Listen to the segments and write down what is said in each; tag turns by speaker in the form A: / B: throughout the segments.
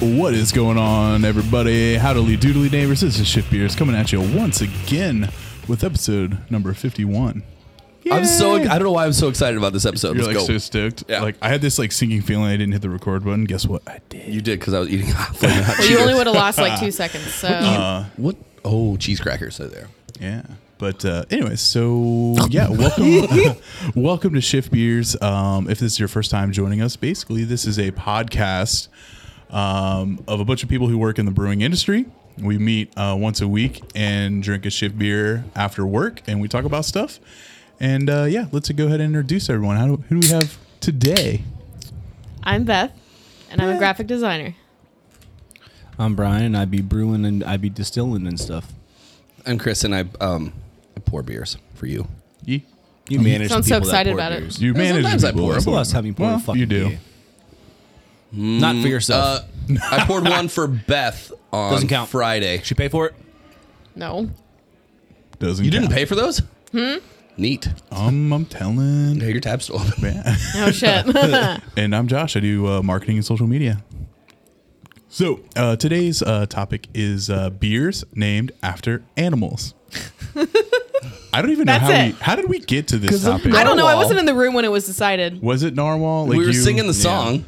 A: What is going on, everybody? Howdly doodly neighbors, this is Shit Beers coming at you once again with episode number 51.
B: I'm so I
A: Yay!
B: don't know why I'm so excited about this episode.
A: You're
B: Let's
A: like
B: go.
A: so stoked.
B: Yeah.
A: Like I had this like sinking feeling I didn't hit the record button. Guess what? I did.
B: you did because I was eating hot flaming hot
C: Well, you
B: Cheetos.
C: only would have lost like two seconds. So
B: what? Oh, cheese crackers are there.
A: Yeah. But uh, anyways, so yeah, welcome, welcome to Shift Beers. Um, if this is your first time joining us, basically this is a podcast um, of a bunch of people who work in the brewing industry. We meet uh, once a week and drink a shift beer after work, and we talk about stuff. And uh, yeah, let's go ahead and introduce everyone. How do, who do we have today?
C: I'm Beth, and I'm a graphic designer.
D: I'm Brian, and I be brewing and I be distilling and stuff.
B: I'm Chris, and I um I pour beers for you.
A: Ye-
D: You manage
C: Sounds so excited about it.
A: You
B: Yeah,
A: manage
B: sometimes I
A: people.
B: pour. When's
D: That's the last time you poured
A: Well,
D: a fucking
A: You do.
D: beer? Not for yourself.
B: Uh, I poured one for Beth on
D: Doesn't count.
B: Friday.
D: She pay for it.
C: No,
A: Doesn't
B: You didn't
A: count.
B: pay for those? Hmm. Neat.
A: Um, I'm
B: Yeah,
A: telling.
B: your tab's still open.
A: Man.
C: no Oh, shit.
A: And I'm Josh. I do uh, marketing and social media. So uh, today's uh, topic is uh, beers named after animals. I don't even know
C: That's
A: how
C: it.
A: we. How did we get to this
B: 'Cause of
A: topic?
C: I don't know. I
B: Narwhal.
C: wasn't in the room when it was decided.
A: Was it narwhal? Like
B: we were
A: you-
B: singing the
A: Yeah.
B: song.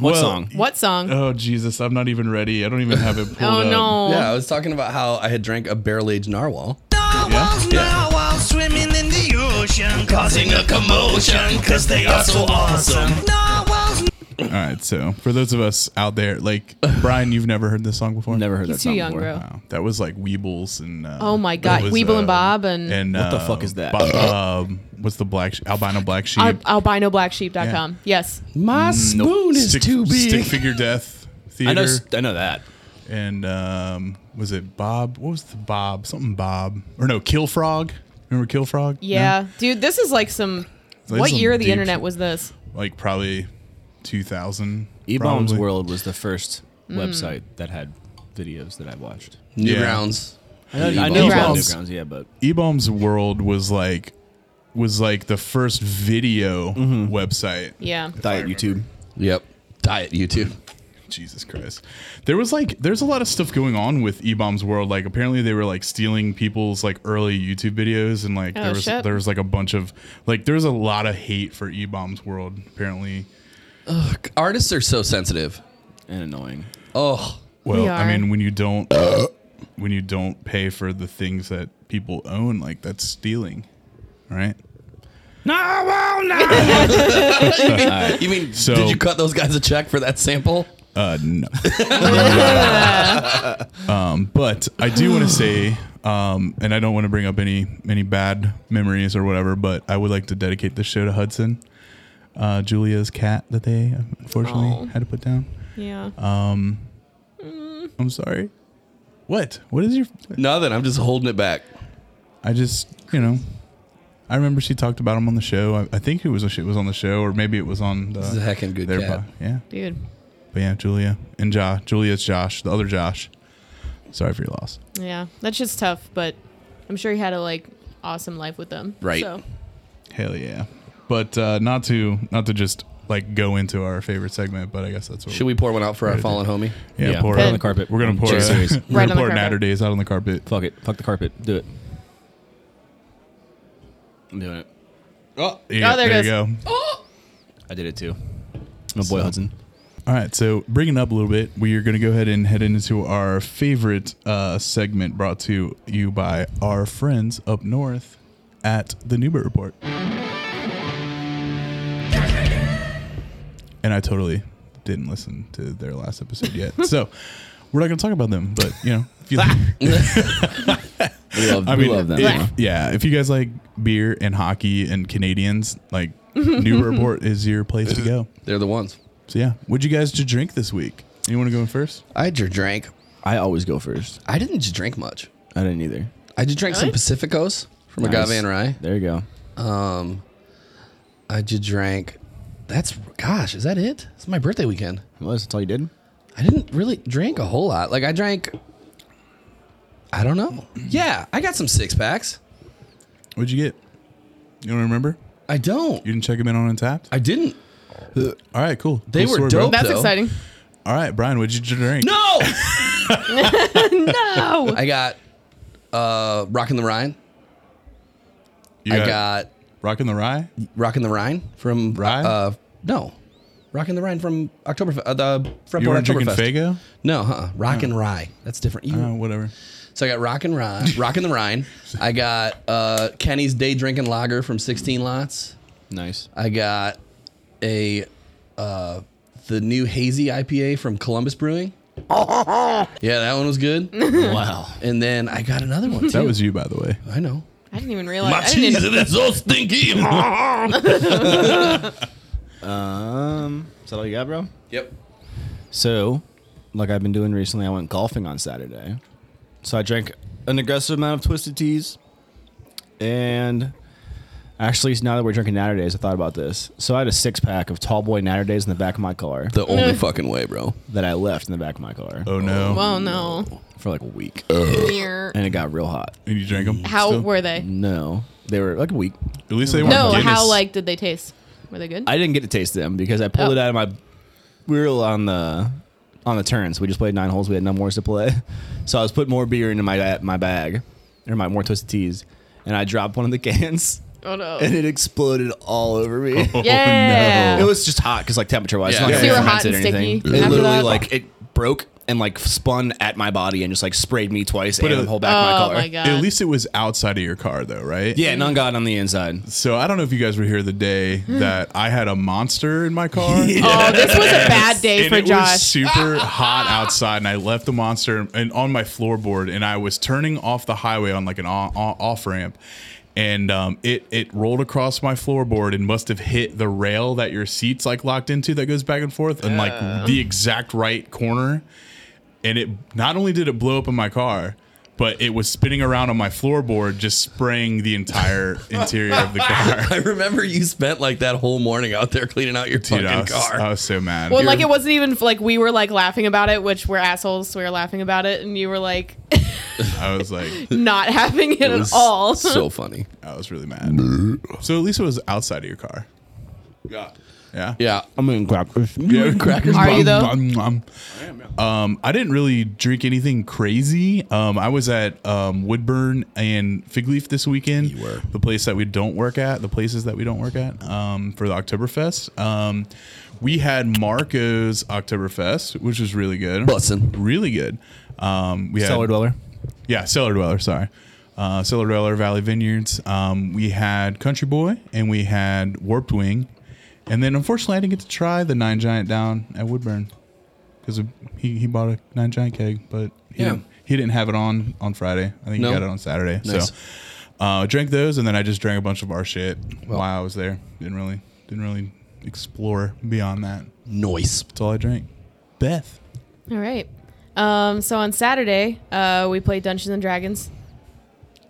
D: What
A: Well,
D: song?
C: What song?
A: Oh uh, Jesus! I'm not even ready. I don't even have it. Pulled
C: oh
A: up.
C: no.
B: Yeah, I was talking about how I had drank a barrel aged narwhal.
E: Narwhals, narwhals swimming in the ocean, causing a commotion, cause they are so awesome. Narwhals,
A: All right. So for those of us out there, like Brian, you've never heard this song before.
D: Never heard
C: He's too
D: that song
C: young,
D: before.
C: bro.
A: Wow. That was like Weebles and. Uh,
C: Oh my
A: that
C: God,
A: was,
C: Weeble and
A: uh,
C: Bob and-
A: and
D: What the
A: uh,
D: fuck is that?
A: Bob, um, what's the black sh- albino black sheep?
C: Al- albinoblacksheep.com. Yes.
B: My spoon is
A: Mm, stick,
B: too big.
A: stick figure death theater
D: I know. s- I know that.
A: and um, was it Bob? What was the Bob? Something Bob or no? Kill Frog. Remember Kill Frog?
C: Yeah, dude, this is like some.
A: like
C: what
A: some
C: year of the
A: deep
C: internet
A: shit.
C: was this?
A: No? Like probably 2000.
D: E-Bombs
A: probably.
D: World was the first website that had videos that I watched.
B: Newgrounds.
D: I know,
B: I know
D: I know
A: E-Bombs.
D: Newgrounds, yeah, but
A: E-Bombs World was like was like the first video
D: Mm-hmm.
A: website.
C: Yeah.
D: Diet YouTube.
B: Yep. Diet YouTube.
A: Jesus Christ. There was like there's a lot of stuff going on with E-Bombs World. Like apparently they were like stealing people's like early YouTube videos and like
C: Oh,
A: there was
C: shit.
A: there was like a bunch of like there was a lot of hate for E-Bombs World apparently.
B: Artists are so sensitive.
D: And annoying.
B: Oh,
A: Well,
C: We
A: I
C: are.
A: mean, when you don't when you don't pay for the things that people own, like that's stealing, right?
B: you mean
A: So-
B: did you cut those guys a check for that sample?
A: Uh, no. um, but I do want to say, um, and I don't want to bring up any any bad memories or whatever, but I would like to dedicate this show to Hudson, uh, Julia's cat that they unfortunately
C: Aw.
A: had to put down.
C: Yeah.
A: I'm sorry. What? What is your?
B: Nothing. I'm just holding it back.
A: I just, you know, I remember she talked about him on the show. I, I think it was she was on the show, or maybe it was on the.
B: This is a heckin' good
A: their
B: cat.
A: po- yeah,
C: dude.
A: but yeah, Julia and Josh. Julia's Josh, the other Josh. Sorry for your loss.
C: Yeah. That's just tough, but I'm sure he had a like awesome life with them.
B: Right.
C: So.
A: Hell yeah! But uh, not to not to just like go into our favorite segment, but I guess that's what
B: Should we pour one out for our fallen homie?
A: Yeah,
D: Yeah,
A: pour
D: put it
A: it
D: on the carpet.
A: We're gonna
D: I'm
A: pour
D: just serious.
A: it. we're gonna
C: Right on the
A: pour
C: carpet. Oh,
A: Natter Days out on the carpet.
D: Fuck it. Fuck the carpet. Do it. I'm doing it.
B: Oh,
A: Yeah,
C: Oh, there it
A: you go.
D: I did it too. My boy Hudson.
A: All right, so bringing up a little bit, we are going to go ahead and head into our favorite uh, segment brought to you by our friends up north at the Newbert Report. And I totally didn't listen to their last episode yet, so we're not going to talk about them. But you know, if you,
B: we love,
A: I
B: we
A: mean,
B: love them.
A: if-
C: Yeah.
A: yeah, if you guys like beer and hockey and Canadians, like Newbert Report is your place to go.
B: They're the ones.
A: So yeah, what'd you guys just drink this week? You want to go in first?
B: I just drank.
D: I always go first.
B: I didn't just drink much.
D: I didn't either.
B: I just drank some
C: Really?
B: Pacificos from Agave
D: Nice.
B: and Rye.
D: There you go.
B: Um, I just drank. That's gosh, is that it? It's my birthday weekend.
D: Well, that's all you did.
B: I didn't really drink a whole lot. Like I drank. I don't know. Yeah, I got some six packs.
A: What'd you get? You don't remember?
B: I don't.
A: You didn't check them in on Untapped?
B: I didn't.
A: All right, cool.
B: They
A: Cool
B: were
A: story, bro.
B: dope.
C: That's
B: So-
C: exciting.
A: All right, Brian, what'd you drink?
B: No,
C: No.
B: I got uh, "Rockin' the Rhine."
A: You
B: I got
A: Rockin' the Rye.
B: "Rockin' the Rhine" from
A: Rhine?
B: Uh, no, "Rockin' the Rhine" from October. Uh, the Fretboard
A: You weren't drinking Oh.
B: Oktoberfest.
A: Fago?
B: No, huh? Rockin' Rye. That's different. You-
A: Uh, whatever.
B: So I got Rock and Rye, Rock and the Rhine. I got uh, Kenny's Day Drinking Lager from 16 Lots.
D: Nice.
B: I got a uh, the new hazy IPA from Columbus Brewing. yeah, that one was good.
D: wow.
B: And then I got another one too.
A: That was you, by the way.
B: I know.
C: I didn't even realize.
E: My
C: I didn't
E: cheese
C: even,
E: it is so stinky.
D: Um, is that all you got, bro?
B: Yep.
D: So, like I've been doing recently, I went golfing on Saturday. So I drank an aggressive amount of twisted teas. And actually, now that we're drinking Natter Days, I thought about this. So I had a six pack of Tall Boy Natter Days in the back of my car
B: The only fucking way, bro. Uh.
D: that I left in the back of my car
A: Oh no!
C: well, no.
D: for like a week.
C: Here.
D: And it got real hot.
A: and you drank them?
C: How were they?
D: No, they were like a week.
A: At least they weren't.
C: No.
A: Guinness.
C: How like did they taste? Were they good?
D: I didn't get to taste them because I pulled
C: Oh.
D: it out of my. We were on the on the turns. We just played nine holes. We had no more to play, so I was putting more beer into my my bag, or my more twisted teas, and I dropped one of the cans,
C: oh no.
D: and it exploded all over me.
A: Oh,
C: Yeah.
A: no.
D: it was just hot because like temperature wise,
B: Yeah.
D: yeah.
B: So
D: it's
B: you
D: not
B: were
D: gonna
C: hot
D: ferment
C: and
D: it or anything.
C: sticky
D: It
C: after
D: literally
C: that?
D: like it broke and like spun at my body and just like sprayed me twice and
A: it-
D: the whole back of my
C: oh
D: car.
C: my god.
A: At least it was outside of your car, though, right?
D: Yeah, none got on the inside.
A: So I don't know if you guys were here the day that I had a monster in my car.
C: Oh, this was a bad day
A: and
C: for
A: it was
C: Josh.
A: super hot outside, and I left the monster and on my floorboard, and I was turning off the highway on like an off ramp, and um, it it rolled across my floorboard and must have hit the rail that your seat's like locked into that goes back and forth, and like the exact right corner, and it not only did it blow up in my car. But it was spinning around on my floorboard, just spraying the entire interior of the car.
B: I remember you spent like that whole morning out there cleaning out your
A: Dude, I
B: fucking
A: was,
B: car.
A: I was so mad.
C: Well, like it wasn't even like we were like laughing about it, which we're assholes. So we were laughing about it, and you were like
A: I was like,
C: not having it,
B: It
C: at
B: was
C: all.
B: so funny.
A: I was really mad. So at least it was outside of your car. Yeah. Yeah.
B: Yeah.
D: I'm gonna grab this.
B: Crackers.
C: Are you though?
A: Um, um, um, I didn't really drink anything crazy. Um, I was at um, Woodburn and Fig Leaf this weekend. You were the place that we don't work at, the places that we don't work at um, for the Oktoberfest. Um, we had Marco's Oktoberfest, which was really good.
B: Bussin'.
A: Really good. Um, we had
D: Cellar dweller.
A: Yeah, Cellar Dweller, sorry. Uh, Cellar Dweller, Valley Vineyards. Um, we had Country Boy and we had Warped Wing. And then unfortunately, I didn't get to try the Nine Giant down at Woodburn because he, he bought a Nine Giant keg, but he,
B: Yeah.
A: didn't, he didn't have it on on Friday. I think
B: No.
A: he got it on Saturday.
B: Nice.
A: So uh, drank those and then I just drank a bunch of our shit while I was there. Didn't really didn't really explore beyond that.
B: Noise.
A: That's all I drank. Beth.
C: All right. Um, so on Saturday, uh, we played Dungeons and Dragons.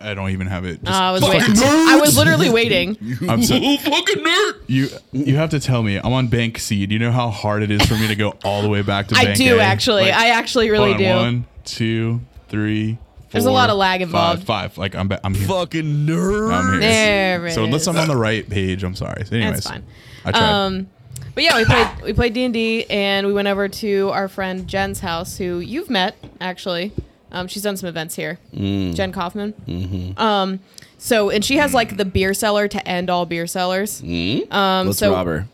A: I don't even have it.
C: Uh,
A: Just,
C: I was waiting. I was literally waiting.
A: I'm so,
E: fucking nerd.
A: You you have to tell me. I'm on bank C. Do you know how hard it is for me to go all the way back to
C: I
A: bank
C: do
A: A?
C: actually.
A: Like,
C: I actually really
A: hold on,
C: do.
A: One, two, three.
C: There's a
A: four,
C: lot of lag
A: five,
C: involved.
A: Five. Like I'm ba- I'm here.
E: Fucking nerd.
A: I'm here.
C: There it
A: so unless
C: is.
A: I'm on the right page, I'm sorry. So anyways,
C: fine.
A: I tried.
C: Um, but yeah, we played we played D and D, and we went over to our friend Jen's house, who you've met actually. Um, she's done some events here, Jen Kaufman. Mm-hmm. Um, so and she has like the beer cellar to end all beer cellars. Um,
D: Let's
C: so Hmm?
D: rob her.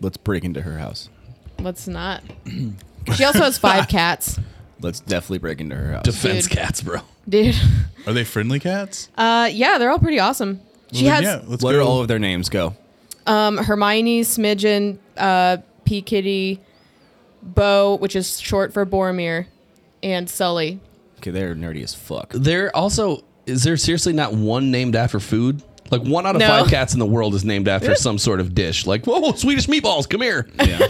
D: Let's break into her house.
C: let's not. She also has five cats,
D: Let's definitely break into her house.
B: Defense
C: Dude.
B: cats, bro.
C: dude.
A: Are they friendly cats?
C: Uh, yeah, they're all pretty awesome. She
A: Well,
C: has um,
A: then, yeah, let's
D: what
A: go.
D: are all of their names? Go.
C: Hermione, Smidgen, uh, P Kitty, Bo, which is short for Boromir, and Sully.
D: Okay, they're nerdy as fuck.
B: There also is there seriously not one named after food? Like one out of
C: No.
B: five cats in the world is named after some sort of dish. Like, whoa, whoa, Swedish meatballs, come here.
A: I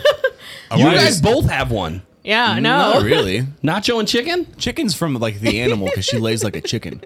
B: You
A: wanted to-
B: guys both have one.
C: Yeah,
A: Mm.
C: no.
D: Not really.
B: Nacho and chicken?
D: Chicken's from like the animal because she lays like a chicken.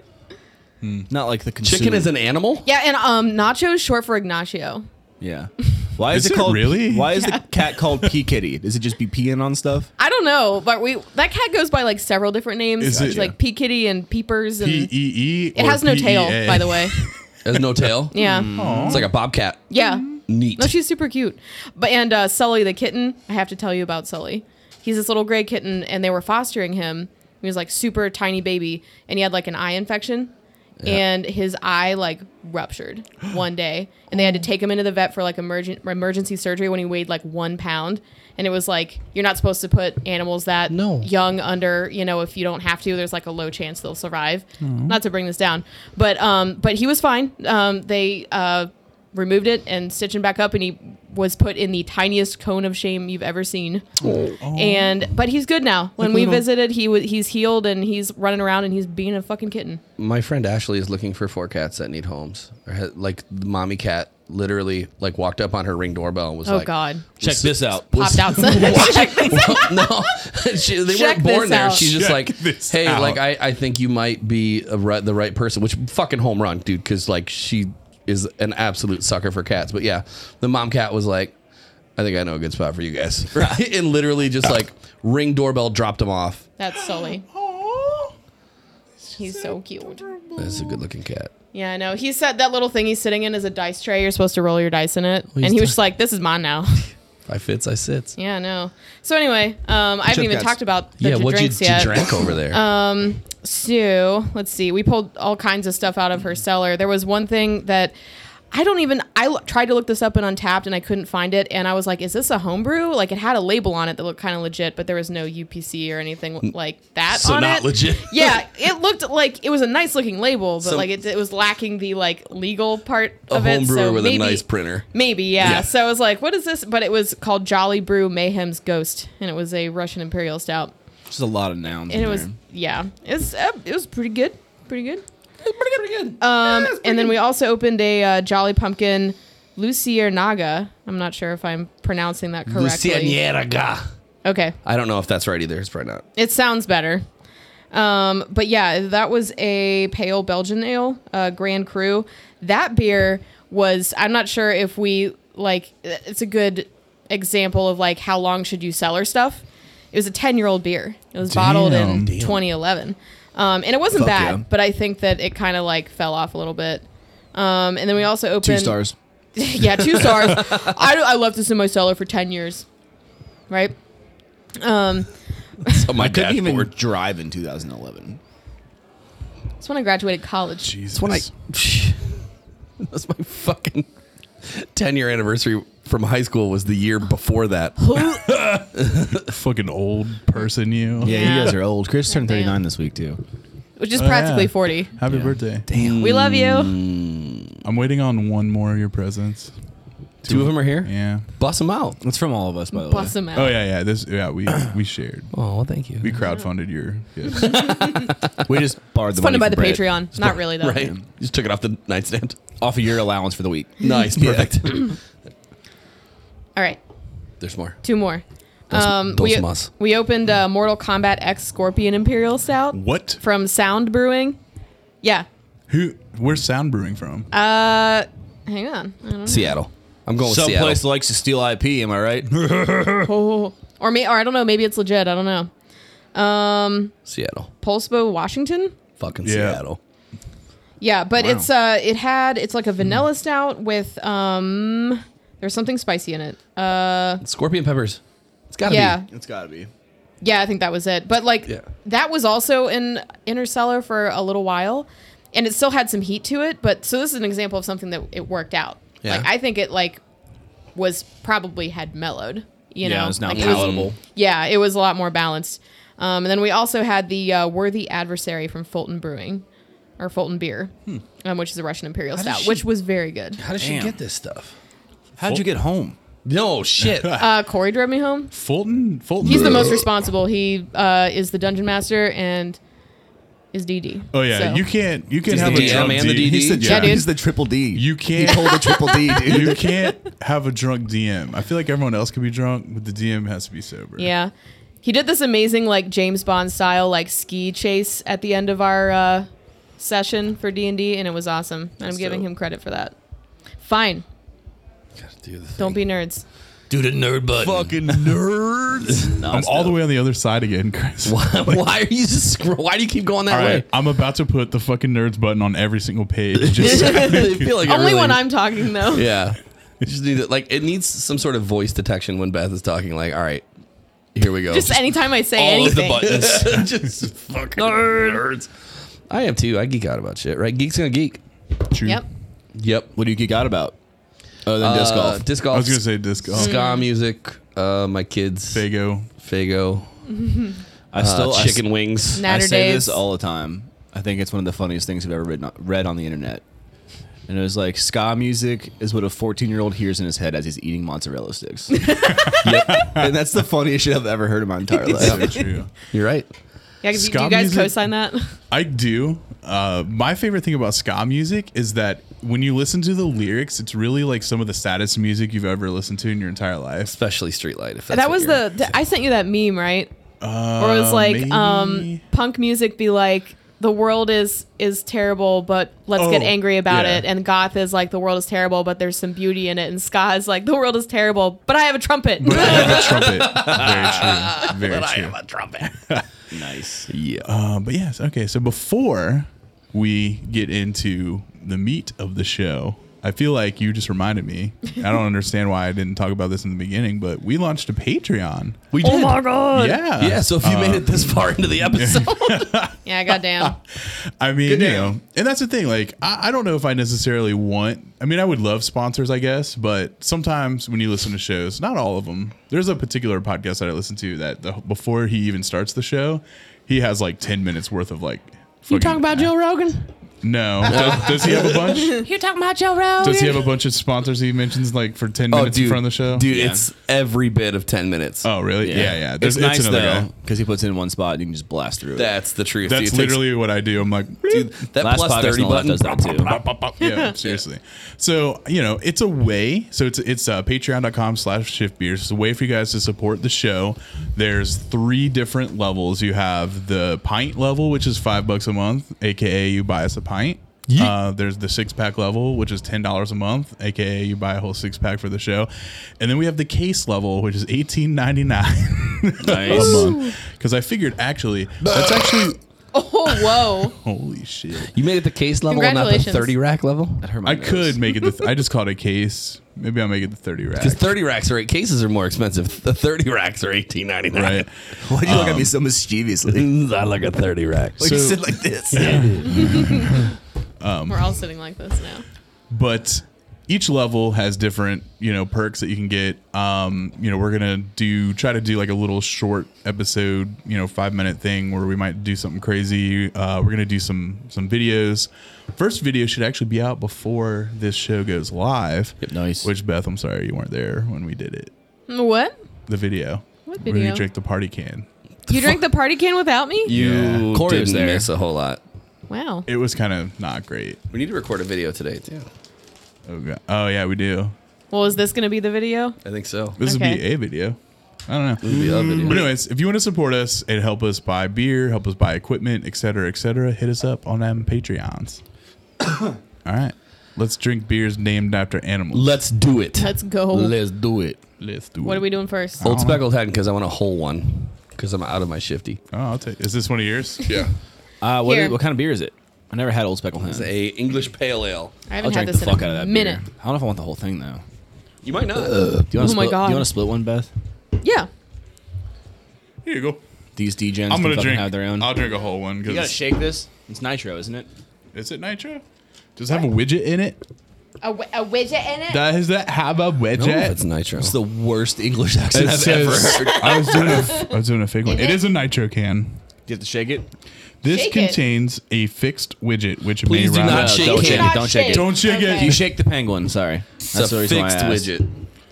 D: Not like the consumer.
B: Hmm. Chicken is an animal?
C: Yeah, and um, Nacho is short for Ignacio.
D: Yeah. Why is,
A: Is
D: it
A: it
D: called
A: really?
D: Why is the cat called pea kitty? Does it just be peeing on stuff?
C: I don't know, but we that cat goes by like several different names,
A: Is it-
C: like Pea Kitty and Peepers, and
A: P E E.
C: it
A: or E
C: has no tail,
A: PEA?
C: by the way.
B: It has no tail.
C: Yeah,
A: Hmm.
B: It's like a bobcat.
C: yeah.
B: Neat.
C: No, she's super cute. But and uh, Sully the kitten, I have to tell you about Sully. he's this little gray kitten, and they were fostering him. He was like super tiny baby, and he had like an eye infection, and his eye like ruptured one day, and they had to take him into the vet for like emergent emergency surgery when he weighed like one pound, and it was like you're not supposed to put animals that
B: No.
C: young under you know if you don't have to there's like a low chance they'll survive not to bring this down but um but he was fine um they uh removed it and stitched him back up and he was put in the tiniest cone of shame you've ever seen and but he's good now when
A: Like
C: we
A: little-
C: visited he was he's healed and he's running around and he's being a fucking kitten
B: My friend Ashley is looking for four cats that need homes. Or ha like the mommy cat literally like walked up on her ring doorbell and was
C: oh
B: like,
C: god
B: check this out."
C: popped out Check this out.
B: no, she, they
C: Check
B: weren't born
C: this
B: there.
C: out.
B: She's just
A: Check
B: like,
A: this
B: hey,
A: out.
B: like I, I think you might be a ri- the right person, which fucking home run, dude, because like she is an absolute sucker for cats. But yeah, the mom cat was like, I think I know a good spot for you guys, right? and literally just like ring doorbell dropped him off.
C: that's sully he's so cute
B: That's a good looking cat.
C: yeah i know he said that little thing he's sitting in is a dice tray you're supposed to roll your dice in it and he was just like this is mine now
B: I fits, I sits. Yeah,
C: Yeah, no. So anyway, um, I haven't even
D: guys.
C: talked about the dr-
B: what you,
C: drinks
B: you
C: yet.
B: drank over there?
C: So let's see. We pulled all kinds of stuff out of
B: Mm-hmm.
C: her cellar. There was one thing that I don't even. I l- tried to look this up in Untapped and I couldn't find it. And I was like, "Is this a homebrew?" Like it had a label on it that looked kind of legit, but there was no UPC or anything like that
B: so
C: on
B: not
C: it.
B: legit.
C: yeah, it looked like it was a nice looking label, but
B: Some-
C: like it, it was lacking the like legal part
B: a
C: of it.
B: homebrewer
C: so
B: with
C: maybe,
B: a nice printer.
C: Maybe, yeah.
B: Yeah.
C: So I was like, what is this? But it was called Jolly Brew Mayhem's Ghost, and it was a Russian Imperial Stout.
D: Just a lot of nouns.
C: And
D: in
C: it was,
D: there.
C: yeah, it was, uh, it was pretty good. Pretty good.
B: Pretty good.
C: Um, and then we also opened a uh, Jolly Pumpkin Luciernaga. I'm not sure if I'm pronouncing that correctly.
B: Lucianieraga.
C: Okay.
B: I don't know if that's right either. It's probably not.
C: It sounds better. Um, but yeah, that was a pale Belgian ale, uh, Grand Cru. That beer was, I'm not sure if we, like, it's a good example of, like, how long should you cellar stuff? It was a 10 year old beer. It was bottled in
A: Damn.
C: 2011. Um, and it wasn't
D: Fuck
C: bad,
D: yeah.
C: but I think that it kind of, like, fell off a little bit. Um, and then we also opened.
D: two stars.
C: yeah, two stars. I, I left this in my cellar for 10 years, right?
B: Oh, my
D: I couldn't even
B: dashboard.
D: drive in 2011.
C: That's when I graduated college.
A: Jesus.
B: That's when I. That's my fucking ten year anniversary from high school. Was the year before that?
A: fucking old person you.
C: Yeah.
D: Yeah, you guys are old. Chris turned
C: Damn.
D: 39 this week too.
C: which is
A: Oh, yeah. Mm.
C: practically 40.
A: Happy birthday.
D: Damn.
C: We love you.
A: I'm waiting on one more of your presents.
B: Two of them are here.
A: Yeah.
B: Bust them out.
D: That's from all of us, by the
C: Bust
D: way.
C: them out.
A: Oh yeah, yeah. This yeah, we we shared.
B: Oh, thank you.
A: We crowdfunded your gifts.
D: We just borrowed
C: It's
D: the
C: funded
D: money
C: by the
D: from Brett.
C: Patreon. Not really, though.
B: Right. Just took it off the nightstand.
D: off of your allowance for the week.
B: Nice. Perfect.
C: All right.
B: There's more.
C: Two more.
B: Dos-
C: Um,
B: dos
C: we,
B: mas.
C: we opened uh, Mortal Kombat X Scorpion Imperial Stout
A: what?
C: from Sound Brewing. Yeah.
A: Who? Where's Sound Brewing from?
C: Uh, hang on. I don't know.
B: Seattle. I'm going with Seattle.
D: Someplace that likes to steal IP, am I right?
C: Oh, or, may, or I don't know. Maybe it's legit. I don't know.
B: Seattle.
C: Pulsebo, Washington?
B: Fucking
A: Yeah.
B: Seattle.
C: Yeah, but
D: Wow.
C: it's uh, it had it's like
A: Hmm.
C: a vanilla stout with um, there's something spicy in it. Uh,
B: Scorpion peppers. It's gotta
C: yeah,
B: be.
D: it's gotta be.
C: Yeah, I think that was it. But like
B: Yeah.
C: that was also in Interstellar for a little while, and it still had some heat to it. But so this is an example of something that it worked out.
B: Yeah.
C: Like I think it like was probably had mellowed. You
D: Yeah,
C: know,
D: it's not
C: Like, it was-
D: palatable.
C: yeah, it was a lot more balanced. Um, and then we also had the uh, Worthy Adversary from Fulton Brewing, or Fulton Beer, um, which is a Russian Imperial
B: Hmm. did
C: Stout,
B: she-
C: which was very good.
B: How does she
D: Damn.
B: get this stuff?
D: How'd you get home?
B: No shit.
C: Uh, Corey drove me home.
A: Fulton. Fulton.
C: He's the most responsible. He uh, is the dungeon master and is DD.
A: Oh yeah,
C: So-
A: you can't. You can't
B: He's
A: have
B: the
A: a
B: DM
A: drunk
B: and the
A: D-
B: DD?
A: He's the
C: Yeah,
A: yeah.
C: dude.
D: He's the triple D.
A: You
D: he
A: can't.
D: pulled the triple D, dude.
A: you can't have a drunk DM. I feel like everyone else can be drunk, but the DM has to be sober.
C: Yeah. He did this amazing like James Bond style like ski chase at the end of our uh, session for D&D and it was awesome. And I'm giving
B: dope.
C: him credit for that. Fine.
B: do the
C: Don't be nerds.
B: do the nerd button.
A: Fucking nerds. I'm all the way on the other side again, Chris. All
B: why are you just scroll? Why do you keep going that
A: right,
B: way?
A: I'm about to put the fucking nerds button on every single page. Just
B: I feel like it
C: Only
B: really-
C: when I'm talking though.
B: Yeah. You just need to, like it needs some sort of voice detection when Beth is talking. Like, all right, Here we go.
C: Just anytime I say
B: all of the
C: anything.
B: buttons. just fucking nerds. I am too. I geek out about shit, right? Geek's gonna geek.
A: True.
C: Yep.
B: Yep.
D: What do you geek out about? Other than disc
B: Uh,
D: golf.
B: disc
A: I
B: golf.
A: was gonna say disc. Oh,
B: ska music. Uh, my kids.
A: Fago.
B: Fago.
D: I
B: Uh,
D: still I s-
B: chicken wings.
C: Nah.
D: I say this
C: Natterdays.
D: all the time. I think it's one of the funniest things I've ever read on, read on the internet. And it was like ska music is what a 14 year old hears in his head as he's eating mozzarella sticks. Yep. And that's the funniest shit I've ever heard in my entire
A: So
D: life.
A: true.
B: You're right.
C: Yeah, 'cause you- do
A: Ska
C: you guys
A: music-
C: co-sign that?
A: I do. Uh, my favorite thing about ska music is that when you listen to the lyrics, it's really like some of the saddest music you've ever listened to in your entire life.
B: Especially Streetlight. If that's
C: that
B: what
C: was
B: you're-
C: the, the I sent you that meme, right?
A: Uh,
C: Or it was like um
A: maybe-
C: punk music be like the world is is terrible, but let's get
A: Oh,
C: angry about
A: yeah.
C: it. And goth is like the world is terrible, but there's some beauty in it. And ska is like the world is terrible, but I have a trumpet.
A: But I have a trumpet. Very true. Very
B: But I
A: true.
B: am a trumpet.
D: Nice.
B: yeah.
A: Um, but yes, okay. So before we get into the meat of the show, I feel like you just reminded me. I don't understand why I didn't talk about this in the beginning, but we launched a Patreon.
B: We did.
C: god!
A: yeah.
B: Yeah. So if you made it this far into the episode,
C: Yeah, goddamn.
A: I mean, you
B: damn.
A: know, and that's the thing. Like, I, I don't know if I necessarily want. I mean, I would love sponsors, I guess, but sometimes when you listen to shows, not all of them. There's a particular podcast that I listen to that the, before he even starts the show, he has like ten minutes worth of like.
C: You
A: fucking-
C: talking about Joe Rogan? Oh,
A: No. does, does he have a bunch?
C: You talking about Joe Rogan?
A: Does he have a bunch of sponsors he mentions like for ten
B: oh,
A: minutes
B: dude,
A: in front of the show?
B: dude, it's every bit of ten minutes.
A: Oh, really? Yeah, yeah.
D: It's,
A: There's, it's,
D: nice
A: another
D: though
A: guy.
D: because he puts it in one spot and you can just blast through it.
B: That's the truth.
A: That's
B: dude. It takes-
A: literally what I do. I'm like,
B: dude, that
D: Last
B: plus
D: podcast
B: thirty
D: on the left
B: button.
D: does that too.
A: yeah, seriously. So you know, it's a way. So it's it's uh, Patreon.com/slash Shift Beers. It's a way for you guys to support the show. There's three different levels. You have the pint level, which is five bucks a month, aka you buy us a pint. Uh, there's the six pack level, which is ten dollars a month, aka you buy a whole six pack for the show, and then we have the case level, which is eighteen ninety nine a
D: nice.
A: month. Because I figured actually, that's actually
C: Oh, whoa.
A: holy shit.
B: You made it the case level, and not the
C: Congratulations.
B: thirty rack level.
A: I could make it. The th- I just called it a case. Maybe I'll make it the thirty rack.
B: Because thirty racks are eight cases are more expensive. The thirty racks are eighteen ninety nine.
A: right?
D: Why'd you look at me so mischievously?
B: I like a thirty rack.
D: Like you
A: So-
D: said like this.
C: We're all sitting like this now.
A: But each level has different, you know, perks that you can get. Um, you know, we're gonna do try to do like a little short episode, you know, five minute thing where we might do something crazy. Uh, we're gonna do some some videos. First video should actually be out before this show goes live.
D: Nice.
A: Which Beth, I'm sorry you weren't there when we did it.
C: Mm, What?
A: The video.
C: What
A: When you
C: video?
A: drank the party can.
C: You drank the party can without me?
B: you
A: Yeah.
D: Corey was
B: didn't
D: there.
B: miss a whole lot.
C: Wow.
A: It was kind of not great.
B: We need to record a video today too.
A: Oh, God. oh yeah, we do.
C: Well, is this going to be the video?
B: I think so.
A: This would be
C: Okay.
A: a video. I don't know.
B: It'll be a video.
A: But anyways, if you want to support us and help us buy beer, help us buy equipment, et cetera, et cetera, hit us up on them Patreons. All right. Let's drink beers named after animals.
B: Let's do it.
C: Let's go.
B: Let's do it.
A: Let's do
C: what
A: it.
C: are we doing first?
B: Old speckled hen because I want a whole one because I'm out of my shifty.
A: Oh, I'll take Is this one of yours?
B: Yeah,
D: Uh, what,
C: Here.
D: what kind of beer is it? I never had Old Speckle Hen.
B: it's a English pale ale.
C: I
D: I'll
C: haven't had
D: drink
C: this
D: the
C: in
D: fuck
C: a
D: out of that
C: minute.
D: beer. I don't know if I want the whole thing though.
B: You might not.
D: Do you want
C: Oh my
D: split,
C: God.
D: Do you want to split one, Beth?
C: Yeah.
A: Here you go.
D: These DJs
A: I'm going
D: can
A: to
D: fucking
A: drink.
D: have their own.
A: I'll drink a whole one.
D: You gotta
A: because
D: shake this. It's nitro, isn't it?
A: Is it nitro? Does it have a widget in it?
C: A, wi- a widget in it?
A: Does that have a widget?
B: No, it's nitro.
D: It's the worst English accent
A: It
D: I've
A: says-
D: ever heard.
A: I was doing a, f- I was doing a fake one.
C: Is
A: It
C: it-
A: is a nitro can.
D: You have to shake it.
A: This
C: Shake it.
A: contains a fixed widget, which
B: Please
A: may
B: do
A: rise-
B: not shake
D: don't
B: it.
D: shake it. Don't shake it.
A: Don't shake it.
D: If You shake the penguin. Sorry,
B: it's a fixed widget.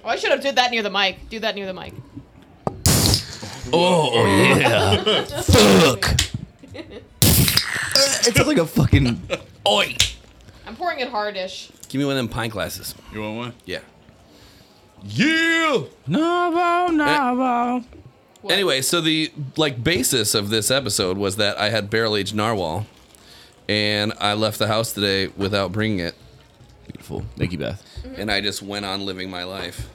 C: Oh, I should have did that near the mic. Do that near the mic.
D: Fuck. it sounds like a fucking.
B: Oi!
C: I'm pouring it hardish.
B: Give me one of them pint glasses.
A: You want one?
B: Yeah.
A: Yeah.
D: Novo, novo.
B: Anyway, so the like basis of this episode was that I had barrel aged narwhal, and I left the house today without bringing it,
D: Beautiful. Thank you, Beth.
C: Mm.
B: and I just went on living my life.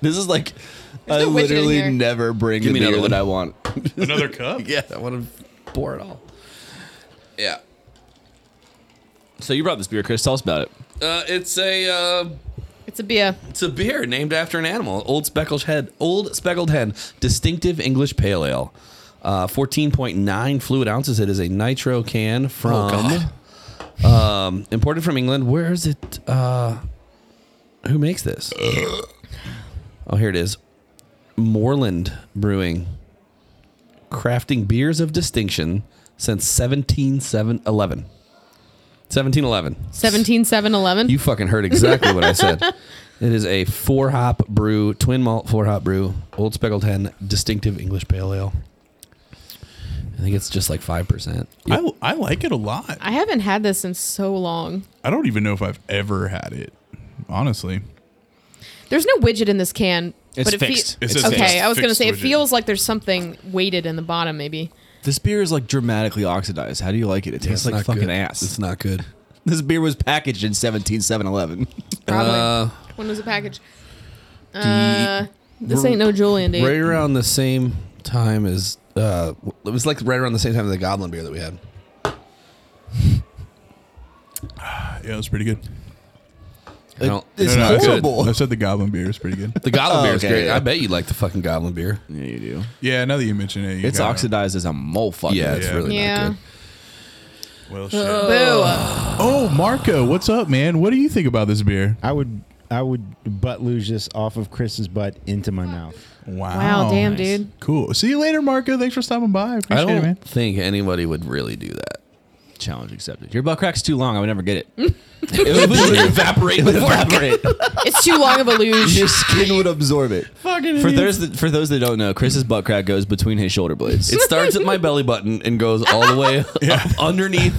D: This is like.
C: There's
D: I
C: no widget in here.
D: literally never bring
B: Give
D: the
B: me another
D: beer
B: one.
D: that I want.
A: Another cup?
B: yeah, I want to pour it all. Yeah,
D: So you brought this beer, Chris. Tell us about it.
B: uh, it's a uh,
C: It's a beer.
B: It's a beer named after an animal. Old speckled head. Old speckled hen. Distinctive English pale ale. Uh, 14.9 fluid ounces. It is a nitro can from um, imported from England. Where is it? Uh, who makes this? oh, here it is. Moreland Brewing, crafting beers of distinction since 1711. 1711.
C: 17 7 11.
B: You fucking heard exactly what I said. It is a four hop brew, twin malt four hop brew, old speckled hen, distinctive English pale ale. I think it's just like five percent.
A: I, I like it a lot.
C: I haven't had this in so long.
A: I don't even know if I've ever had it, honestly.
C: There's no widget in this can.
D: It's
C: but it fe-
D: fixed.
A: It's
D: It's
A: a
C: okay,
A: fixed-
C: I was going to
A: fixed
C: say, it
A: widget.
C: feels like there's something weighted in the bottom, maybe.
D: This beer is like dramatically oxidized. How do you like it? It tastes like fucking ass.
B: It's not good.
D: this beer was packaged in 1711.
C: Probably.
B: Uh,
C: when was the package?
B: Do you-
C: Uh, this ain't no Julian, dude.
B: right around the same time as uh, it was like right around the same time as the Goblin beer that we had.
A: Yeah, it was pretty good.
B: I don't-
D: it's
A: No, no, I said-
D: horrible.
A: I said the goblin beer is pretty good.
B: The Goblin
D: Oh,
B: beer is
D: okay,
B: great.
D: yeah.
B: I bet you like the fucking Goblin beer.
D: yeah, you do.
A: Yeah, now that you mention it, you
D: It's
A: gotta-
D: oxidized as a mole fucker.
B: Yeah, it's
A: Yeah.
B: really not
C: Yeah.
B: good.
A: Well, shit.
C: Boo.
A: oh, Marco, what's up, man? What do you think about this beer?
F: I would I would butt luge this off of Chris's butt into my mouth.
A: Wow.
C: Wow, damn, dude.
A: Cool. See you later, Marco. Thanks for stopping by. I
B: I
A: appreciate it, man.
B: don't think anybody would really do that.
D: Challenge accepted. Your butt crack's too long. I would never get it.
B: It would evaporate. before I
D: Evaporate.
C: It's too long of a luge.
D: Your skin would absorb it.
A: Fucking
D: For those that, for those that don't know, Chris's butt crack goes between his shoulder blades.
B: It starts at my belly button and goes all the way up underneath.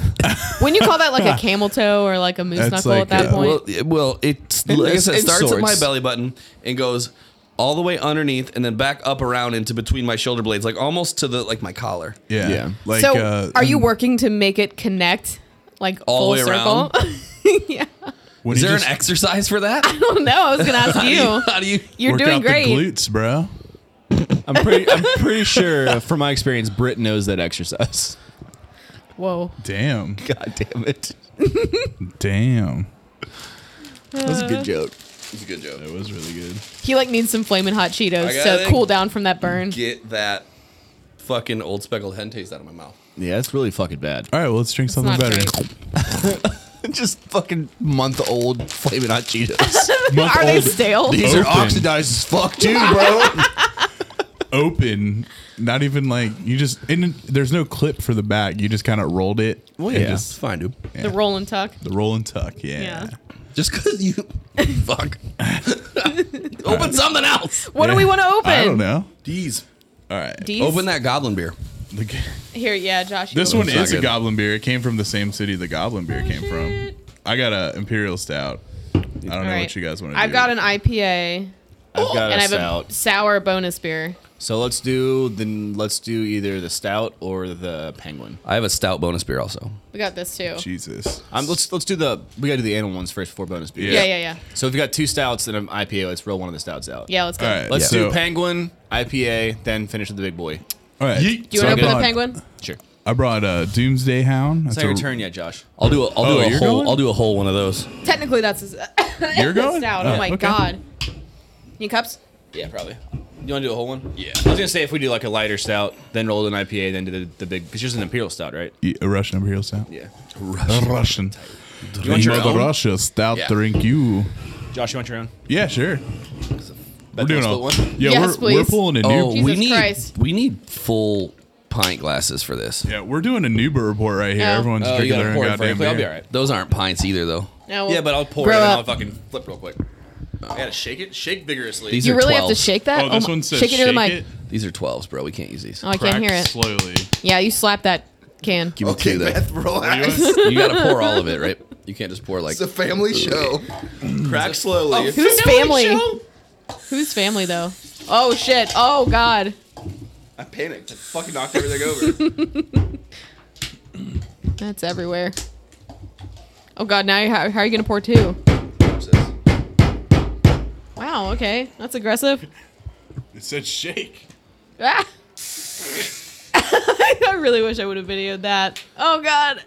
C: Wouldn't you call that like a camel toe or like a moose
A: That's
C: knuckle
A: like,
C: at that
A: uh,
C: point?
B: Well, it, well, it's
D: And
B: like I
D: this-
B: said, it
D: and
B: starts at my
D: swords.
B: belly button and goes all the way underneath and then back up around into between my shoulder blades, like almost to the like my collar.
A: Yeah.
D: Yeah.
A: Like,
C: so,
A: uh,
C: are you working to make it connect like
B: All the
C: full
B: way
C: circle?
B: around?
C: yeah.
A: when
B: Is
A: you
B: there
A: just
B: an exercise for that?
C: Oh no, I was gonna ask you.
B: How do you?
C: You're
A: work
C: doing
A: out
C: great.
A: The glutes, bro.
D: I'm pretty I'm pretty sure uh, from my experience, Britt knows that exercise.
C: Whoa.
A: Damn.
D: God damn it.
A: Damn.
D: That's a good joke.
B: It's a good joke.
A: That was really good.
C: He like needs some flaming hot
B: I
C: Cheetos
B: gotta
C: to cool down from that burn.
B: Get that fucking old speckled hen taste out of my mouth.
D: Yeah, that's really fucking bad.
A: All right, well, let's drink something
C: not
A: better.
C: great.
D: Just fucking month old flaming hot Cheetos.
A: Month
C: Are they
A: old
C: stale?
D: These
A: Open.
D: are oxidized as fuck too, bro.
A: open, not even like you just. And there's no clip for the back. You just kind of rolled it.
B: Well,
A: and
B: yeah,
A: just-
B: it's fine, dude.
A: yeah.
C: The roll and tuck.
A: The roll and tuck. Yeah.
C: Yeah.
B: Just because you fuck, open something else.
C: What do we want to open?
A: I don't know.
B: Jeez,
A: All right.
C: These?
B: open that goblin beer.
A: The-
C: Here, yeah, Josh. you
A: This
C: go.
A: one
B: It's not
A: is a
B: good.
A: goblin beer. It came from the same city the goblin beer came
C: Oh,
A: from. I got a imperial stout. I don't know
C: All right.
A: what you guys want to do.
C: I've got an IPA
D: I've
C: Oh,
D: got
C: and I
D: a
C: have a
D: stout.
C: sour bonus beer.
D: So let's do then let's do either the stout or the penguin.
B: I have a stout bonus beer also.
C: We got this too.
A: Jesus.
D: Um, let's let's do the we gotta do the animal ones first before bonus beer.
C: Yeah, yeah, yeah.
D: So if you got two stouts and an IPA, let's roll one of the stouts out.
C: Yeah, let's go.
A: All right.
D: Let's
A: so-
D: do penguin, IPA, then finish with the big boy.
A: All right.
C: Do you
A: So
C: want
A: I
C: to open
A: brought-
C: a penguin?
D: Sure.
A: I brought uh, Doomsday Hound.
D: It's
A: That's
D: not your
A: a-
D: turn yet, Josh.
B: I'll do a, I'll
A: Oh,
B: do a
A: you're
B: whole
A: going?
B: I'll do a whole one of those.
C: Technically, that's a
A: You're going?
C: stout. Oh,
A: Yeah.
C: my
A: Okay.
C: god. Need cups?
D: Yeah, probably. You want to do a whole one? Yeah. I was gonna say if we do like a lighter stout, then roll an IPA, then do the, the big because yours is an imperial stout, right?
A: Yeah, A Russian imperial stout.
D: Yeah.
A: Russian. Russian.
D: Do you want your
A: Mother
D: own?
A: Russia stout
B: Yeah.
A: drink you.
D: Josh, you want your own?
A: Yeah, sure.
D: Bet
A: we're doing
D: that's
A: a,
D: the one.
A: Yeah,
C: Yes,
A: we're, we're
C: please.
A: pulling a new.
B: Oh,
C: Jesus
B: we need
C: Christ.
B: we need full pint glasses for this.
A: Yeah, we're doing a Nuber report right here.
C: Oh.
A: Everyone's
D: Oh, you
A: drinking
D: gotta
A: their own
D: pour it
A: goddamn
D: frankly,
A: beer.
D: I'll be all right.
B: Those aren't pints either, though.
C: No.
D: Yeah, but I'll pour
C: Grow
D: it and
C: up.
D: I'll fucking flip real quick. I gotta shake it. Shake vigorously.
B: These
C: You
B: are
C: really
B: 12s.
C: have to shake that?
A: Oh, this
C: my-
A: one says
C: shake it near the mic.
B: These are twelves, bro. We can't use these.
C: Oh, I
A: crack
C: can't hear it.
A: slowly.
C: Yeah, you slap that can. Oh,
B: Give me two, though.
A: Relax.
B: You gotta pour all of it, right? You can't just pour like.
G: It's a family show.
D: Crack slowly.
B: Oh,
C: Who's family? Who's family though? Oh shit. Oh god.
G: I panicked. I fucking knocked everything over.
C: That's everywhere. Oh god, now you how, how are you going to pour two? Wow, okay. That's aggressive.
A: It said shake.
C: Ah! I really wish I would have videoed that. Oh god.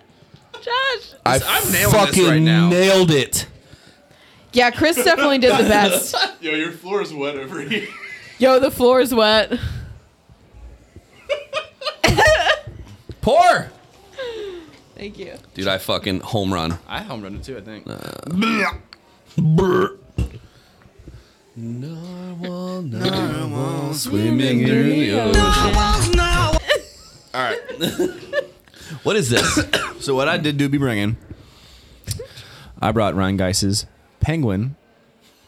C: Josh.
B: I
G: I'm nailing this right now.
B: nailed it.
C: Yeah, Chris definitely did the best.
A: Yo, your floor is wet over here.
C: Yo, the floor is wet.
B: Pour.
C: Thank you.
B: Dude, I fucking home run.
D: I home run it too, I think.
B: Swimming in
G: All right.
B: What is this?
D: So what I did do be bringing, I brought Ryan Geis's Penguin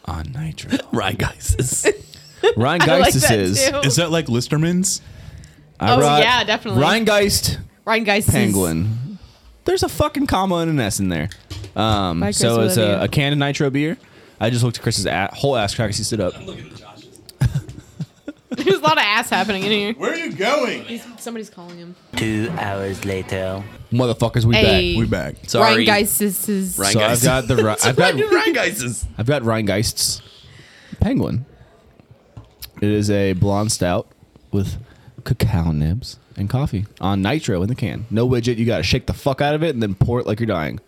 D: on Nitro.
B: right, guys. This-
D: Ryan
C: I like
D: Geist
C: that
D: is.
C: too.
A: Is that like Listerman's?
D: I
C: Oh,
D: brought
C: yeah, definitely.
D: Ryan Geist
C: Ryan Geist
D: Penguin. There's a fucking comma and an S in there. Um,
C: Bye, Chris,
D: so
C: we
D: it's
C: love
D: a,
C: you.
D: a can of Nitro beer. I just looked at Chris's a- whole ass crack as he stood up.
C: There's a lot of ass happening in here.
A: Where are you going?
C: He's- somebody's calling him.
H: Two hours later.
D: Motherfuckers, we
C: Hey,
A: We back.
B: Sorry.
C: Ryan Geist is. is
B: Ryan
D: back. So I've
B: Geist.
D: got the Ri- I've got
B: Ryan Geist is-
D: I've got Ryan Geist's Penguin. It is a blonde stout with cacao nibs and coffee on nitro in the can. No widget. You got to shake the fuck out of it and then pour it like you're dying.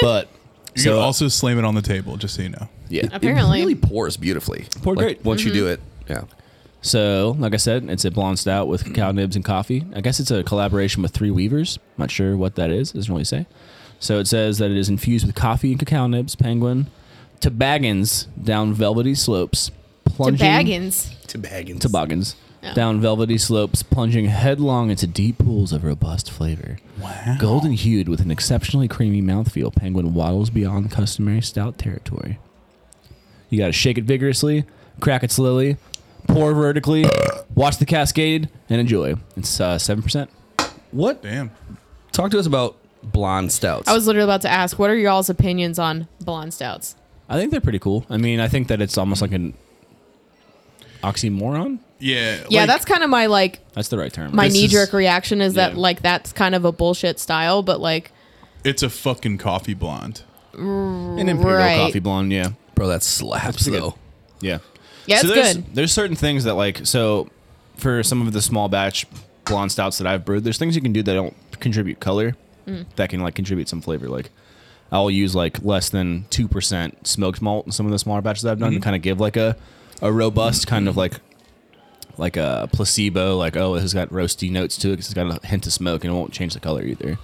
D: But
A: You
D: uh,
A: can also slam it on the table, just so you know.
D: yeah.
C: Apparently.
B: It really pours beautifully.
D: Poured
B: Like,
D: great.
B: Once you do it. Yeah.
D: So, like I said, it's a blonde stout with cacao nibs and coffee. I guess it's a collaboration with Three Weavers. Not sure what that is. Doesn't really say. So it says that it is infused with coffee and cacao nibs, penguin, toboggans down velvety slopes, plunging
C: Tobaggins.
B: Tobaggins.
D: toboggans
C: Yeah.
D: down velvety slopes, plunging headlong into deep pools of robust flavor.
A: Wow.
D: Golden hued with an exceptionally creamy mouthfeel, Penguin waddles beyond customary stout territory. You gotta shake it vigorously, crack it slowly, pour vertically, watch the cascade, and enjoy. It's uh, 7%.
B: What?
A: Damn.
B: Talk to us about blonde stouts.
C: I was literally about to ask, what are y'all's opinions on blonde stouts?
D: I think they're pretty cool. I mean, I think that it's almost like an oxymoron.
A: Yeah.
C: Yeah,
A: like-
C: that's kind of my like
D: That's the right term.
C: my
D: right?
C: knee
A: is-
C: jerk reaction is that
D: yeah.
C: like that's kind of a bullshit style, but like
A: It's a fucking coffee blonde.
D: An imperial
C: right.
D: coffee blonde, yeah.
B: Bro, that slaps
D: pretty
B: though.
D: Yeah.
C: Yeah, it's
D: there's,
C: good.
D: There's certain things that like so for some of the small batch blonde stouts that I've brewed, there's things you can do that don't contribute color
C: Mm.
D: that can like contribute some flavor. Like I'll use like less than two percent smoked malt in some of the smaller batches that I've
C: Mm-hmm.
D: done to kind of give like a a robust kind of like like a placebo, like oh, this has got roasty notes to it 'cause it's got a hint of smoke and it won't change the color either.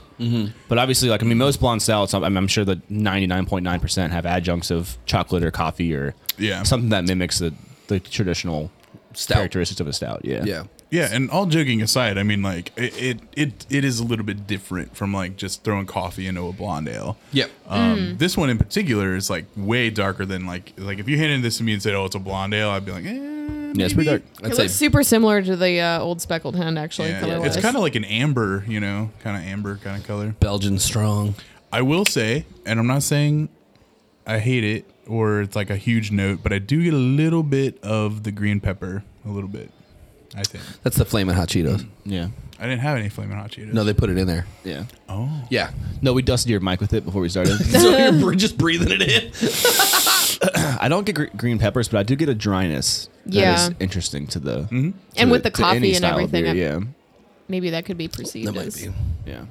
D: But obviously, like I mean, most blonde stouts, I'm, I'm sure that 99.9 percent have adjuncts of chocolate or coffee or
A: Yeah.
D: something that mimics the the traditional
B: Stout.
D: characteristics of a stout. Yeah,
B: Yeah.
A: Yeah, and all joking aside, I mean, like it, it, it, it is a little bit different from like just throwing coffee into a blonde ale.
B: Yep.
A: Um,
C: Mm.
A: This one in particular is like way darker than like like if you handed this to me and said, "Oh, it's a blonde ale," I'd be like, eh,
D: yeah, it's pretty dark.
C: it
B: I'd say
C: looks super similar to the uh, old speckled hen actually.
A: yeah.
C: color
A: it's kind of like an amber, you know, kind of amber kind of color.
B: Belgian strong.
A: I will say, and I'm not saying I hate it or it's like a huge note, but I do get a little bit of the green pepper, a little bit. I think
B: That's the flaming hot Cheetos.
D: Yeah,
A: I didn't have any flaming hot Cheetos.
B: No, they put it in there.
D: yeah.
A: oh,
B: Yeah.
D: No, we dusted your mic with it before we started.
B: so you're br- just breathing it in.
D: I don't get gr- green peppers, but I do get a dryness.
C: Yeah.
D: that is interesting to the
B: Mm-hmm.
D: to
C: And with the
D: to any
C: coffee and
D: style of
C: everything,
D: beer,
C: maybe that could be perceived.
B: That might
C: as-
B: be.
D: yeah,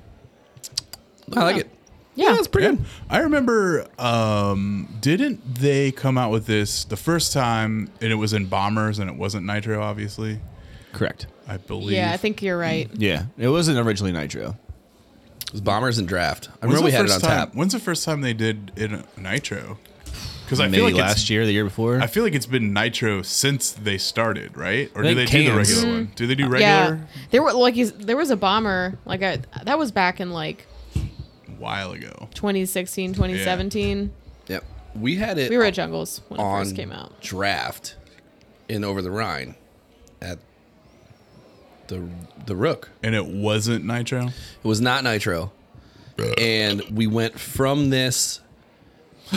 D: yeah.
B: I like it.
C: Yeah,
B: That's pretty
A: Yeah.
B: good.
A: I remember um didn't they come out with this the first time and it was in bombers and it wasn't nitro obviously.
D: Correct.
A: I believe.
C: yeah. I think you're right.
D: Yeah, it wasn't originally nitro.
B: It was bombers and draft. I
A: When's
B: remember we
A: the
B: had it on
A: first time-
B: tap.
A: When's the first time they did it in nitro? Cuz I
D: Maybe
A: feel like
D: last
A: it's,
D: year, the year before.
A: I feel like it's been nitro since they started, right? Or do
D: think
A: they do the
D: cans.
A: regular one? Do they do
C: Yeah,
A: regular?
C: there were like you s- there was a bomber like I, that was back in like
A: A while ago.
C: 2016, 2017.
B: Yep. We had it
C: We were at Jungles when it
B: Oh. on
C: first came out.
B: draft in Over the Rhine at the the Rook.
A: And it wasn't nitro?
B: It was not nitro. And we went from this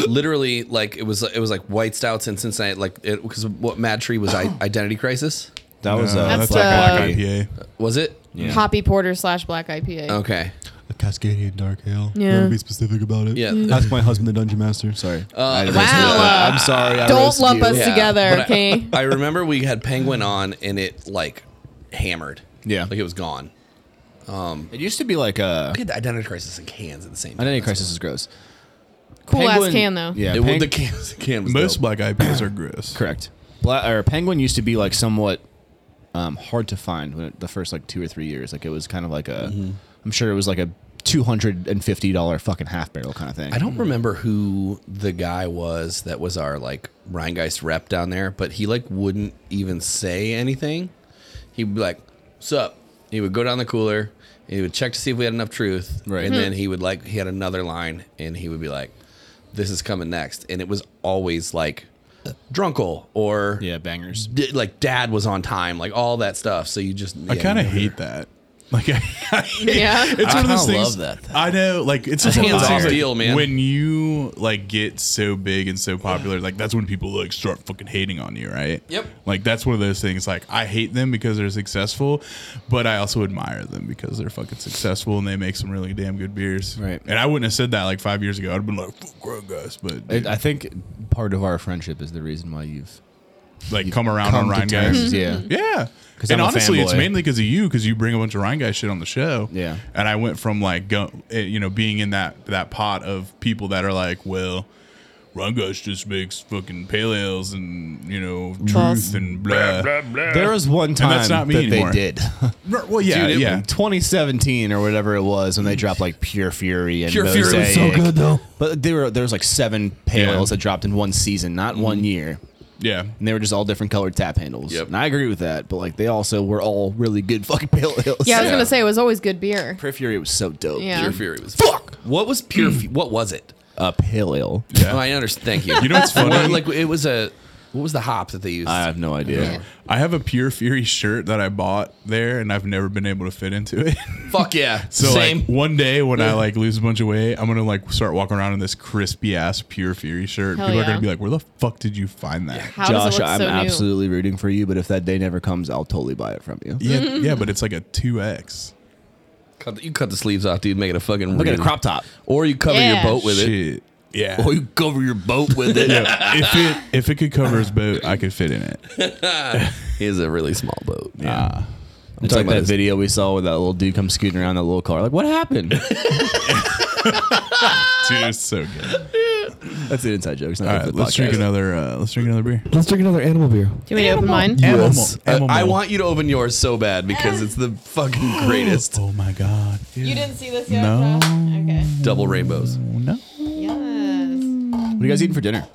B: literally like it was it was like white stouts in Cincinnati like it because what Mad Tree was I, identity crisis
D: that was
A: No,
D: uh,
C: That's
A: that's
C: the-
A: like black IPA.
B: was it
D: Yeah.
C: Poppy Porter slash Black IPA.
B: okay
I: A Cascadian Dark Ale.
C: Yeah.
I: Gotta Be specific about it.
B: yeah
I: Ask my husband, the Dungeon Master. Sorry.
B: Uh,
D: I-
C: Wow.
D: I'm sorry. I
C: Don't
D: roasted
C: lump
D: you.
C: us
B: Yeah,
C: together,
B: but I-
C: okay?
B: I remember we had Penguin on and it like hammered
D: Yeah.
B: like it was gone
D: It used to be like uh
B: we had the identity crisis in cans at the same time
D: Identity Crisis is gross.
C: Cool ass
D: Penguin-
C: can though.
D: Yeah,
B: It- well,
D: Peng-
B: the can, the can was
A: Most
B: dope.
A: black IPAs are gross.
D: Correct. Bla- or Penguin used to be like somewhat um, hard to find when it, the first like two or three years. Like it was kind of like a, am sure it was like a two hundred and fifty dollar fucking half barrel kind of thing.
B: I don't remember who the guy was that was our like Rheingeist rep down there, but he like wouldn't even say anything. He'd be like, "What's up?" He would go down the cooler. And he would check to see if we had enough truth,
D: Right.
B: and then he would like he had another line, and he would be like, "This is coming next," and it was always like drunkle or
D: Yeah, bangers.
B: d- like dad was on time, like all that stuff. So you just
A: I
B: yeah,
A: kind of
B: you never-
A: hate that. Like I,
C: Yeah.
A: it's one of those
B: kinda
A: things.
B: love that, though.
A: I know, like it's just
B: That's
A: one of those
B: hands-off
A: things, like,
B: deal, man.
A: When you like get so big and so popular, like that's when people like start fucking hating on you, right?
B: Yep.
A: Like that's one of those things. Like I hate them because they're successful, but I also admire them because they're fucking successful and they make some really damn good beers.
D: Right.
A: And I wouldn't have said that like five years ago. I'd have been like, "Fuck grown guys," but
D: I think part of our friendship is the reason why you've
A: like come around on Ryan guys.
D: Yeah,
A: Yeah.
D: 'Cause
A: And
D: I'm a
A: honestly, it's
D: fanboy.
A: mainly because of you, because you bring a bunch of Ryan guy shit on the show.
D: Yeah.
A: And I went from like, go, eh, you know, being in that that pot of people that are like, well, Ryan guys just makes fucking pale ales and you know truth
C: False.
A: and blah. blah,
D: there was one time
A: that's not me
D: that
A: anymore.
D: they did.
A: Well, yeah,
D: Dude, it-
A: yeah.
D: 2017 or whatever it was when they dropped like Pure Fury and
B: Pure Fury was so
D: Mosaic.
I: good, though.
D: But there were there was like seven
A: Yeah. Mm-hmm.
D: pails that dropped in one season, not one year.
A: yeah.
D: and they were just all different colored tap handles.
B: Yep.
D: And I agree with that, but like they also were all really good fucking pale ales.
C: Yeah, I was
B: Yeah.
C: gonna say it was always good beer.
D: Pure Fury was so dope.
C: Yeah.
B: Pure Fury was fuck. What was pure? Fu- what was it?
D: A pale ale.
A: Yeah.
B: Oh, I understand. Thank you.
A: You know what's funny? Uh,
B: Well, like it was a what was the hop that they used?
D: I have no idea.
A: I have a Pure Fury shirt that I bought there, and I've never been able to fit into it.
B: Fuck yeah.
A: So
B: Same.
A: like one day when I like lose a bunch of weight, I'm gonna like start walking around in this crispy ass Pure Fury shirt.
C: Hell
A: People
C: yeah.
A: are gonna be like, "Where the fuck did you find that?"
C: How does
D: Josh,
C: it look
D: I'm
C: so new?
D: absolutely rooting for you, but if that day never comes, I'll totally buy it from you.
A: Yeah, yeah, but it's like a two X.
B: cut the, you cut the sleeves off, dude. Make it a fucking.
D: Look at a
B: ring.
D: crop top.
B: Or you cover
C: Yeah.
B: your boat with it.
A: Shit. Yeah.
B: Or you cover your boat with it.
A: yeah. If it if it could cover his boat, I could fit in it. Ah,
B: It is a really small boat.
A: Yeah.
D: It's
B: talking
D: like
B: about
D: that
B: his-
D: video we saw where that little dude comes scooting around that little car. Like, what happened?
A: Dude, it's so good.
D: That's an inside joke. It's not
A: All
D: good
A: right,
D: for the
A: let's drink
D: podcast.
A: another. Uh, let's drink another beer.
I: Let's drink another animal beer.
C: Do you want me to open mine?
B: Yes.
A: Animal-
B: Uh, I
A: animal.
B: want you to open yours so bad because it's the fucking greatest.
A: Oh my god.
C: You didn't see this yet?
A: No.
C: huh? Okay.
B: Double rainbows.
A: No.
C: Yes.
D: What are you guys eating for dinner?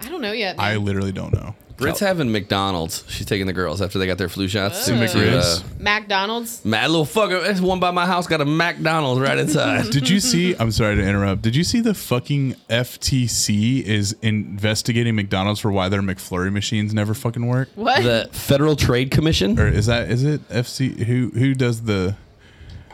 C: I don't know yet.
A: I
C: man.
A: literally don't know.
B: Brit's having McDonald's. She's taking the girls after they got their flu shots.
C: Oh.
B: To, uh,
A: Chris,
C: McDonald's.
B: mad little fucker. There's one by my house got a McDonald's right inside.
A: Did you see? I'm sorry to interrupt. Did you see the fucking FTC is investigating McDonald's for why their McFlurry machines never fucking work?
C: What? The,
B: the Federal Trade Commission.
A: Or is that is it FC? Who who does the?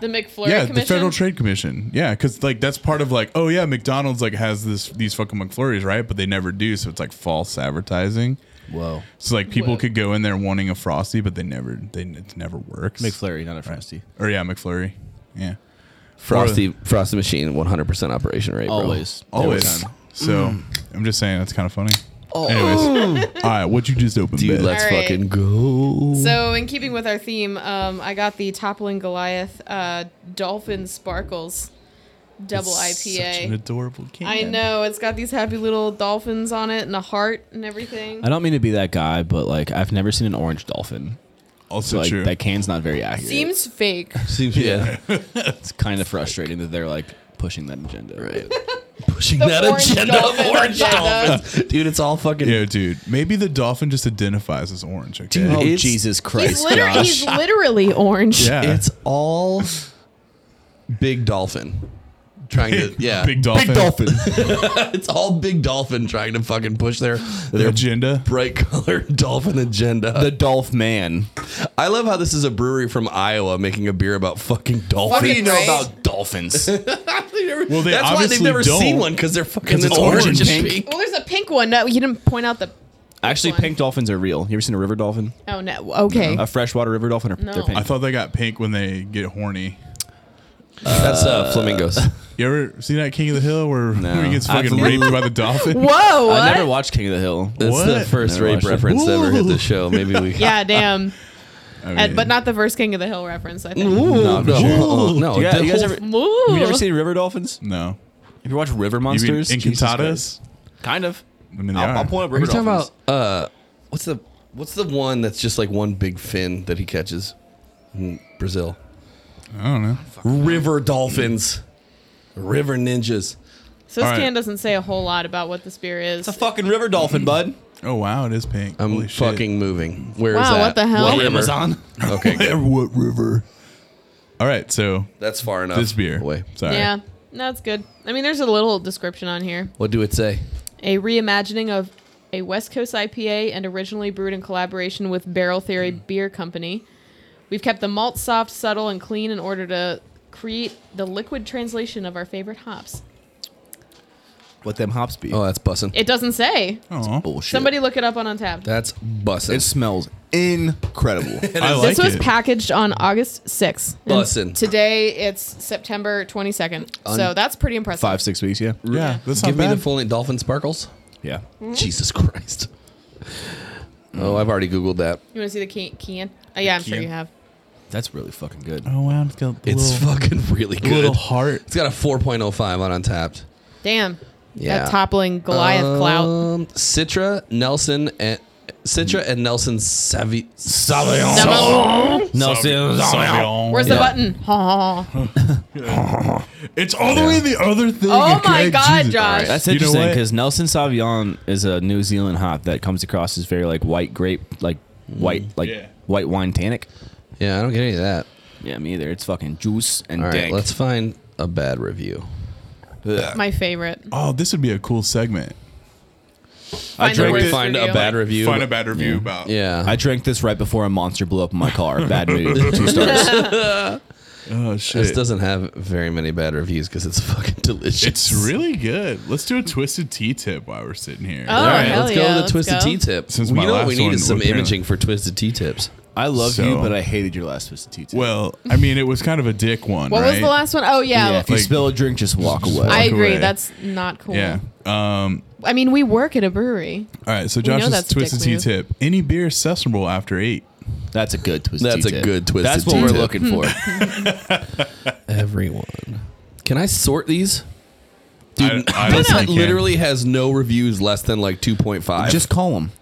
C: McFlurry
A: yeah,
C: Commission.
A: the Federal Trade Commission. Yeah, because like that's part of like, oh yeah, McDonald's like has this these fucking McFlurries, right? But they never do, so it's like false advertising.
D: Whoa.
A: So like people
C: Whoa.
A: could go in there wanting a frosty, but they never they it never works.
D: McFlurry, not a Frosty.
A: or yeah, McFlurry. Yeah,
B: Frosty Frosty Machine, 100% operation rate. bro.
D: Always.
A: always. So
C: Mm.
A: I'm just saying that's kind of funny.
C: Oh.
A: Anyways, all right, what you just open?
B: Dude,
A: Beth?
B: let's
C: All right.
B: fucking go.
C: So, in keeping with our theme, um, I got the Toppling Goliath uh, Dolphin Sparkles Double
A: It's Such an
C: IPA.
A: adorable can.
C: I know it's got these happy little dolphins on it and a heart and everything.
D: I don't mean to be that guy, but like I've never seen an orange dolphin.
A: Also
D: So like
A: true.
D: that can's not very accurate.
C: Seems fake.
B: Seems, yeah.
D: it's kind of frustrating that they're like pushing that agenda.
B: Right. Pushing
C: The
B: that
C: orange
B: agenda
C: dolphin
B: of orange
C: agenda.
B: dolphins. Dude, it's all fucking.
A: yeah, dude. Maybe the dolphin just identifies as orange. Okay?
B: Dude,
D: Oh
B: It's-
D: Jesus
C: He's,
D: Christ,
C: literally,
D: Josh!
C: he's literally orange.
A: yeah.
B: It's all big dolphin. Trying to, yeah.
A: Big dolphin.
B: It's all big dolphin trying to fucking push their, their
A: agenda.
B: bright colored dolphin agenda.
D: The Dolph Man.
B: I love how this is a brewery from Iowa making a beer about fucking dolphins.
C: do you know Right? about
D: dolphins?
A: Well, they
B: That's why they've
A: obviously
B: never
A: don't.
B: seen one because they're fucking
D: 'Cause
B: it's
D: it's
B: orange,
D: orange
B: and
D: and
B: pink.
C: Well, there's a pink one. No, you didn't point out the.
D: Actually,
C: One.
D: pink dolphins are real. You ever seen a river dolphin?
C: Oh no.
B: Mm-hmm.
C: Okay.
D: A freshwater river dolphin? Or
C: No.
D: They're pink.
A: I thought they got pink when they get horny.
B: That's uh, flamingos.
A: You ever seen that King of the Hill where he gets
D: I've
A: fucking
D: li-
A: raped by the dolphin?
C: Whoa.
D: I
C: What?
D: never watched King of the Hill.
B: That's
A: What?
B: the first
D: Never
B: rape
D: watched it.
B: reference to ever hit the show. Maybe we.
C: yeah. Damn.
A: I mean,
C: And- but not the first King of the Hill reference. I think.
B: Ooh, no, no,
D: You guys,
B: the
D: you guys
B: whole-
D: ever,
C: Ooh.
D: you ever seen river dolphins?
A: No.
D: If you watch River
A: You mean
D: Monsters, Jesus
A: Encantadas?
D: Christ. kind of.
A: I mean, they
D: I'll,
A: are.
D: I'll pull up
B: Are
D: River
B: you talking
D: Dolphins.
B: about uh, what's the what's the one that's just like one big fin that he catches? in Brazil.
A: I don't know.
B: River dolphins. River ninjas.
C: So this
A: All right.
C: can doesn't say a whole lot about what this beer is.
D: It's a fucking river dolphin, bud.
A: Oh wow, it is pink.
B: I'm
A: Holy shit.
B: fucking moving. Where is
C: Wow,
B: that?
C: what the hell?
B: river?
D: Amazon.
B: Okay, good.
A: what river? All right, so
B: that's far enough.
A: this beer.
B: Away.
A: Sorry.
C: yeah, no, it's good. I mean, there's a little description on here.
B: What do it say?
C: A reimagining of a West Coast IPA and originally brewed in collaboration with Barrel
A: Hmm.
C: Theory Beer Company. We've kept the malt soft, subtle, and clean in order to create the liquid translation of our favorite hops.
D: What them hops be?
B: Oh, that's bussin'.
C: It doesn't say.
A: Aw.
D: bullshit.
C: Somebody look it up on Untapped.
B: That's bussin'.
D: It smells incredible.
A: I like
C: this was
A: it.
C: packaged on August 6th. and
B: Bussin'.
C: Today it's September 22nd. so that's pretty impressive.
D: Five six weeks, yeah.
A: yeah, that's
B: Give
A: not
B: me
A: bad.
B: the full name. Dolphin sparkles.
C: Mm-hmm.
D: Yeah.
B: Jesus Christ. Oh, I've already googled that.
C: You want to see the can? can? Oh, yeah, I'm sure
A: can?
C: you have.
D: That's really fucking good.
A: oh wow, it's got a
B: It's
A: little,
B: fucking really good.
A: little heart.
B: It's got a 4.05 on Untapped.
C: Damn.
B: Yeah.
C: That toppling Goliath
D: Oh.
C: clout.
B: Um, Citra, Nelson, and Citra and Nelson Savi.
C: That button-
D: No,
C: Where's
B: Yeah.
C: the button? Ha, ha, ha.
A: It's all the way the other thing.
C: Oh my
A: okay?
C: God,
A: Jesus.
C: Josh.
D: That's
A: You know
D: interesting
A: what?
D: because Nelson Savion is a New Zealand hop that comes across as very like white grape, like white, like
A: Mm-hmm. Yeah.
D: white wine tannic.
B: Yeah, I don't get any of that.
D: Yeah, me either. It's fucking juice and
B: All right,
D: dank.
B: let's find a bad review.
C: My favorite.
A: Oh, this would be a cool segment.
C: Find the
D: drank
C: worst
D: it.
B: Find a
C: review.
B: bad review.
A: Find a bad review about.
B: yeah.
D: I drank this right before a monster blew up in my car. Bad mood. Two stars.
A: Oh
B: this
A: shit.
B: doesn't have very many bad reviews because it's fucking delicious.
A: It's really good. Let's do a twisted T tip while we're sitting here.
C: Oh,
B: All right,
C: hell
B: let's
C: yeah,
B: go to the
C: let's
B: twisted
C: go.
B: T tip.
A: Since
B: we
A: my
B: know what
A: last
B: we need
A: one
B: is some
A: was apparently-
B: imaging for twisted T tips.
D: I love you,
A: So-
D: but I hated your last twisted tea. Tip.
A: Well, I mean, it was kind of a dick one.
C: What was
A: right?
C: the last one? Oh, yeah.
D: yeah, if you
A: like-
D: spill a drink, just walk away.
C: I
A: Walk
C: agree.
A: away.
C: That's not cool.
A: Yeah. Um,
C: I mean, we work at a brewery.
A: all right. So
C: know
A: Josh's
C: that's a dick
A: twisted T
C: move.
A: tip: any beer is sessionable after eight.
D: That's a good twisted.
B: That's
D: tea
B: a
D: tip.
B: good twisted
D: That's what
B: tea
D: we're
B: tip.
D: looking for.
B: Everyone. Can I sort these? Dude,
A: I- I
B: this
A: don't think I can.
B: literally has no reviews less than like 2.5.
D: just call them.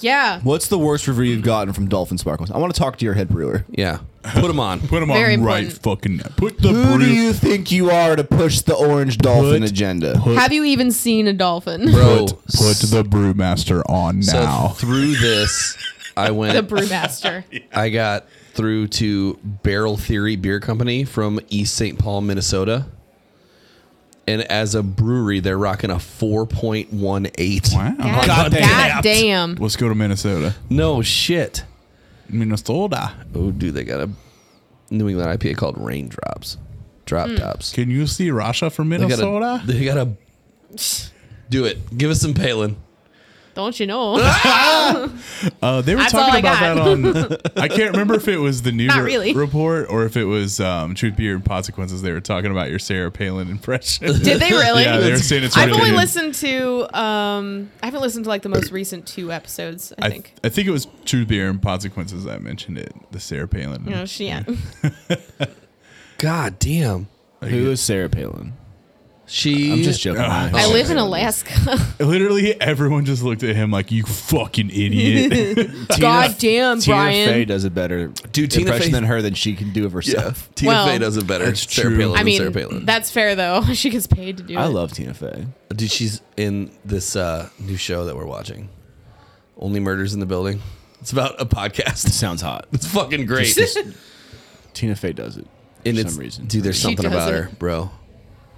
C: Yeah.
D: What's the worst review you've gotten from Dolphin Sparkles? I want to talk to your head brewer.
B: yeah. Put them on.
A: Put them on
C: Very
A: right
C: important.
A: fucking. now. Put the
D: Who do
A: brew-
D: you think you are to push the orange dolphin
A: Put-
D: agenda?
C: Have you even seen a dolphin?
B: Bro,
A: put, put the brewmaster on
B: so
A: now.
B: through this, I
C: the
B: went,
C: brewmaster.
B: I got through to Barrel Theory Beer Company from East St. Paul, Minnesota. And as a brewery, they're rocking a 4.18.
A: wow.
C: God,
D: God
C: God
D: damn.
C: damn.
A: Let's go to Minnesota.
B: No shit.
A: Minnesota.
B: Oh, dude, they got a New England IPA called Raindrops. Drop tops.
A: Can you see Russia from
B: They got a-
A: Minnesota?
B: They got to do it. Give us some Palin.
C: Don't you know?
A: Uh, they were
C: That's all
A: talking
C: I
A: about that
C: got.
A: on. I can't remember if it was the news
C: Not really.
A: report or if it was um, Truth Beer and Consequences. They were talking about your Sarah Palin impression.
C: Did they really?
A: yeah, they were saying it's
C: I've
A: really
C: only
A: good.
C: listened to um I haven't listened to like the most recent two episodes, I,
A: I,
C: think.
A: I think it was Truth Beer and Consequences that mentioned it. The Sarah Palin.
C: You know, she yeah.
B: God damn.
D: Who Oh. is Sarah Palin?
B: She.
D: I'm just joking.
C: I live in Alaska.
A: Literally, everyone just looked at him like, "You fucking idiot."
C: God damn,
D: Tina
C: Brian.
D: Fey does a better
B: Dude, Tina
D: impression
B: Fey-
D: than her than she can do of
B: Yeah.
D: herself.
B: Tina
C: Well,
B: Fey does it better.
A: that's
B: Sarah
A: true.
B: Palin
C: I
B: than Sarah
C: mean,
B: Palin.
C: that's fair though. She gets paid to do
D: I
C: it.
D: love Tina Fey.
B: Dude, she's in this uh, new show that we're watching Only Murders in the Building. It's about a podcast.
D: Sounds hot.
B: It's fucking great.
D: Tina Fey does it for
B: and
D: some
B: it's,
D: reason.
B: Dude, there's
C: She
B: something
C: does
B: about
C: it.
B: her, bro.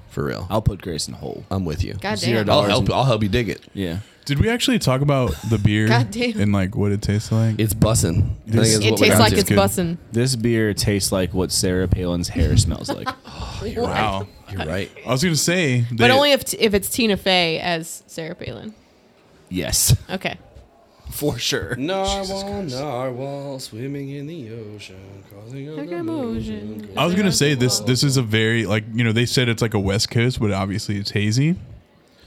B: For real.
D: I'll put Grayson Hole.
B: I'm with you.
C: God
D: Zero
C: damn.
B: I'll
D: dollars.
B: help. I'll help you dig it.
D: Yeah.
A: Did we actually talk about the beer
C: God damn.
A: and like what it tastes like?
B: It's bussin'. I
A: It
B: think it's
C: It
B: what we're
C: tastes
B: down
C: like
B: to.
C: it's
A: good.
C: bussin'.
D: This beer tastes like what Sarah Palin's hair smells like.
A: wow.
B: You're right.
A: I was gonna say,
C: But
A: they-
C: only if if it's Tina Fey as Sarah Palin.
D: Yes.
C: Okay.
D: For sure.
B: Narwhal, narwhal, swimming in the ocean, causing a commotion.
A: I was gonna say this. This is a very like you know they said it's like a West Coast, but obviously it's hazy.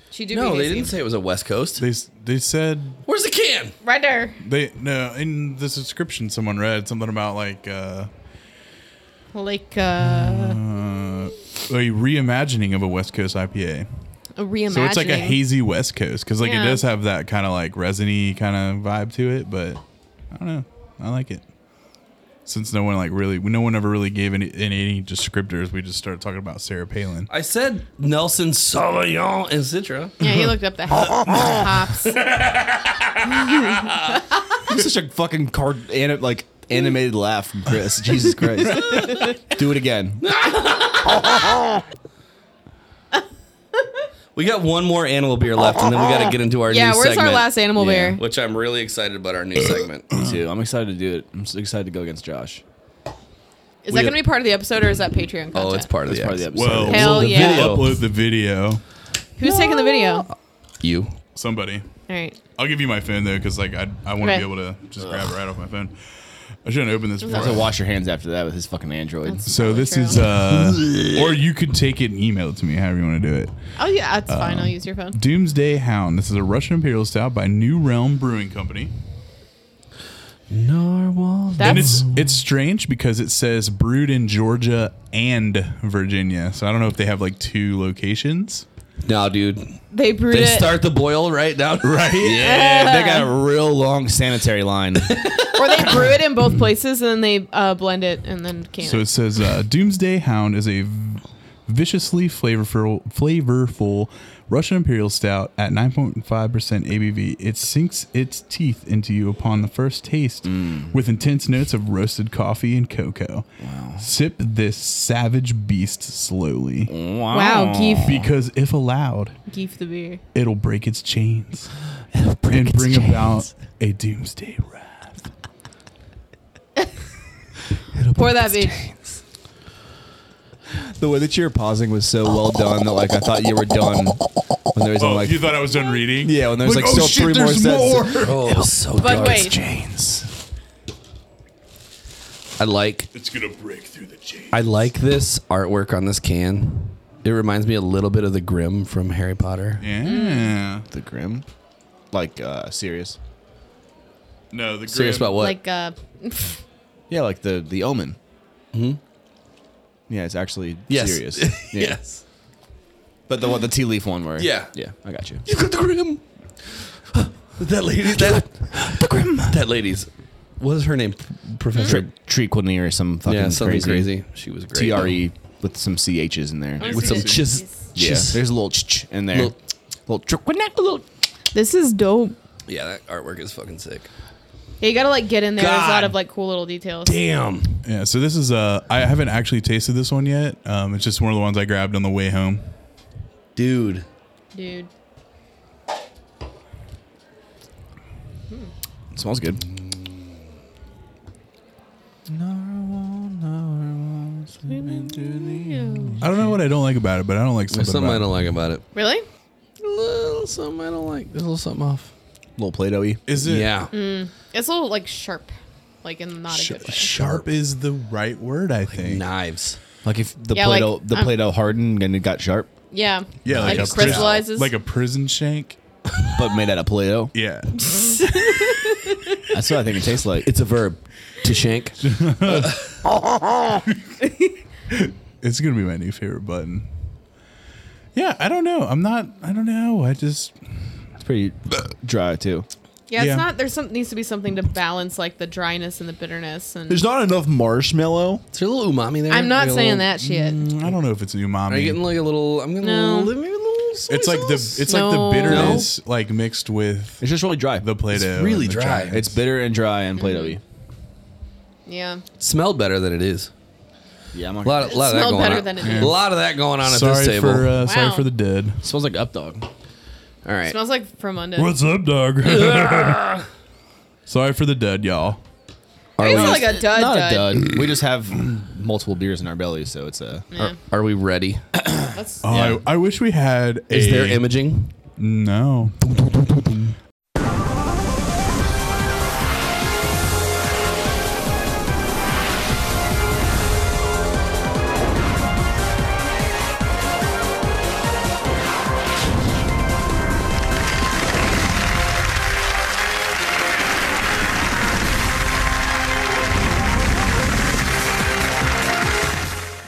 C: She do.
B: No,
C: be
B: they
C: hazy.
B: didn't say it was a West Coast.
A: They s- they said
B: Where's the can?
C: Right there.
A: they no in the description someone read something about like uh,
C: Like uh,
A: uh a reimagining of a West Coast IPA.
C: A reimagining.
A: So it's like a hazy West Coast because like
C: Yeah.
A: it does have that kind of like resiny kind of vibe to it, but I don't know. I like it. Since no one like really, no one ever really gave any, any, any descriptors, we just started talking about Sarah Palin.
B: I said Nelson Sauvignon and Citra.
C: Yeah, he looked up the hop- hops.
D: Such a fucking card, ani- like animated laugh from Chris. Jesus Christ. Do it again.
B: We got one more animal beer left, and then we got to get into our
C: Yeah,
B: new
C: where's
B: segment.
C: our last animal bear?
B: Which I'm really excited about our new segment.
D: Me too. I'm excited to do it. I'm so excited to go against Josh.
C: Is that going to be part of the episode or is that Patreon content?
B: Oh, it's part of
D: That's
B: the
D: part of the
B: episode.
D: episode.
A: Well,
C: Hell
A: we'll
C: yeah.
A: we'll upload the video.
C: Who's taking the video? All
B: You.
A: Somebody,
C: right.
A: I'll give you my phone though, because like I, I want to
C: Okay.
A: be able to just grab it right off my phone. I shouldn't open this.
D: So
A: Before. I-
D: wash your hands after that with his fucking Android.
A: So this is, uh, or you could take it and email it to me, however you want to do it.
C: Oh, yeah, that's fine. I'll use your phone.
A: Doomsday Hound. This is a Russian Imperial Stout by New Realm Brewing Company.
B: Narwhal.
A: And
C: That's
A: it's it's strange because it says brewed in Georgia and Virginia. So I don't know if they have like two locations.
B: No, dude.
C: they brewed
B: They
C: it.
B: start the boil right now. Right.
D: Yeah, they got a real long sanitary line.
C: or they brew it in both places and then they uh, blend it and then can
A: So
C: it.
A: it says uh, Doomsday Hound is a v- viciously flavorful, flavorful Russian Imperial Stout at 9.5% ABV. It sinks its teeth into you upon the first taste with intense notes of roasted coffee and cocoa. Sip this savage beast slowly.
C: Wow, Geef.
A: Because if allowed,
C: Geef the beer.
A: it'll break its chains and bring about a doomsday wrath.
C: Pour that bitch.
D: the way that you were pausing was so well done that like I thought you were done when there was
A: Oh,
D: like
A: you thought I was done reading?
D: yeah when there was like,
A: oh
D: still
A: shit,
D: three more
A: there's more.
D: sets.
B: Oh, so
C: But wait,
D: Chains.
B: I like
A: It's gonna break through the chain.
B: I like this artwork on this can. It reminds me a little bit of the Grim from Harry Potter.
A: Yeah.
D: The grim, like uh serious.
A: No, the
B: Serious
A: grim-
B: about what?
C: like, uh,
D: Yeah, like the the omen. Hmm. Yeah, it's actually
B: Yes.
D: serious. Mm-hmm. Yeah.
B: yes.
D: But the one the tea leaf one where
B: Yeah.
D: yeah I got you.
B: You got the Grim. that lady. That the Grim. That lady's. What is her name? Professor.
D: Tri- Trequini or some fucking
B: yeah, something
D: crazy.
B: crazy. She was great.
D: T R
B: though.
D: E with some C H's in there.
B: With some chis.
D: Yeah,
B: chis-
D: there's a little ch in there.
B: Little-
D: little Trequini. Little
C: this is dope.
B: Yeah, that artwork is fucking sick.
C: Yeah, you gotta like get in there. There's a
B: God
C: lot of like cool little details.
B: Damn.
A: Yeah, so this is uh I haven't actually tasted this one yet. Um it's just one of the ones I grabbed on the way home.
B: Dude.
C: Dude.
D: smells good.
A: I don't know what I don't like about it, but I don't like something,
B: There's something I
A: about
B: don't like about it.
C: Really?
B: A little something I don't like. There's a little something off.
D: little Play-Doh. y
A: it. Is it
B: Yeah.
C: Mm. It's a little like sharp. Like in not a good way.
A: sharp is the right word, I think.
B: Knives.
D: Like if the
C: Yeah, like,
D: Play-Doh the
C: um,
D: Play-Doh hardened and it got sharp,
C: Yeah.
A: yeah, like,
C: it
A: a prison-
C: crystallizes.
A: like a prison shank.
D: but made out of Play-Doh.
A: Yeah.
D: That's what I think it tastes like.
B: It's a verb. To shank.
A: it's gonna be my new favorite button. Yeah, I don't know. I'm not I don't know. I just
D: It's pretty dry too.
C: yeah, it's
A: yeah.
C: not. There's some needs to be something to balance like the dryness and the bitterness. And
I: There's not enough marshmallow.
B: Is there a little umami there?
C: I'm not
B: Like a
C: saying
B: little-
C: that shit.
A: Mm, I don't know if it's umami.
B: Are you getting like a little? I'm getting
C: No.
B: a little. Maybe a little soy
A: it's like the
B: sauce?
A: it's like the
C: No.
A: bitterness like mixed with
D: It's just really dry.
A: the Play-Doh. and
B: really
A: the
B: dry.
A: giant.
D: It's bitter and dry and Play-Doh.
C: Yeah.
B: It smelled better than it is.
D: Yeah, I'm
B: A lot, of- lot of that
C: smelled
B: going
C: better
B: on.
C: than it
A: is.
B: A lot of that going on at this
A: Sorry
B: table.
A: for uh, sorry
C: Wow.
A: for the dead.
D: smells like updog.
B: All right.
C: Smells like from under.
A: up, dog? Sorry for the dead, y'all.
C: It's like a dud.
D: Not
C: dud.
D: a dud. We just have multiple beers in our bellies, so it's a
B: Are, are we ready?
C: That's,
A: Oh, I, I wish we had. A,
B: Is there imaging?
A: No.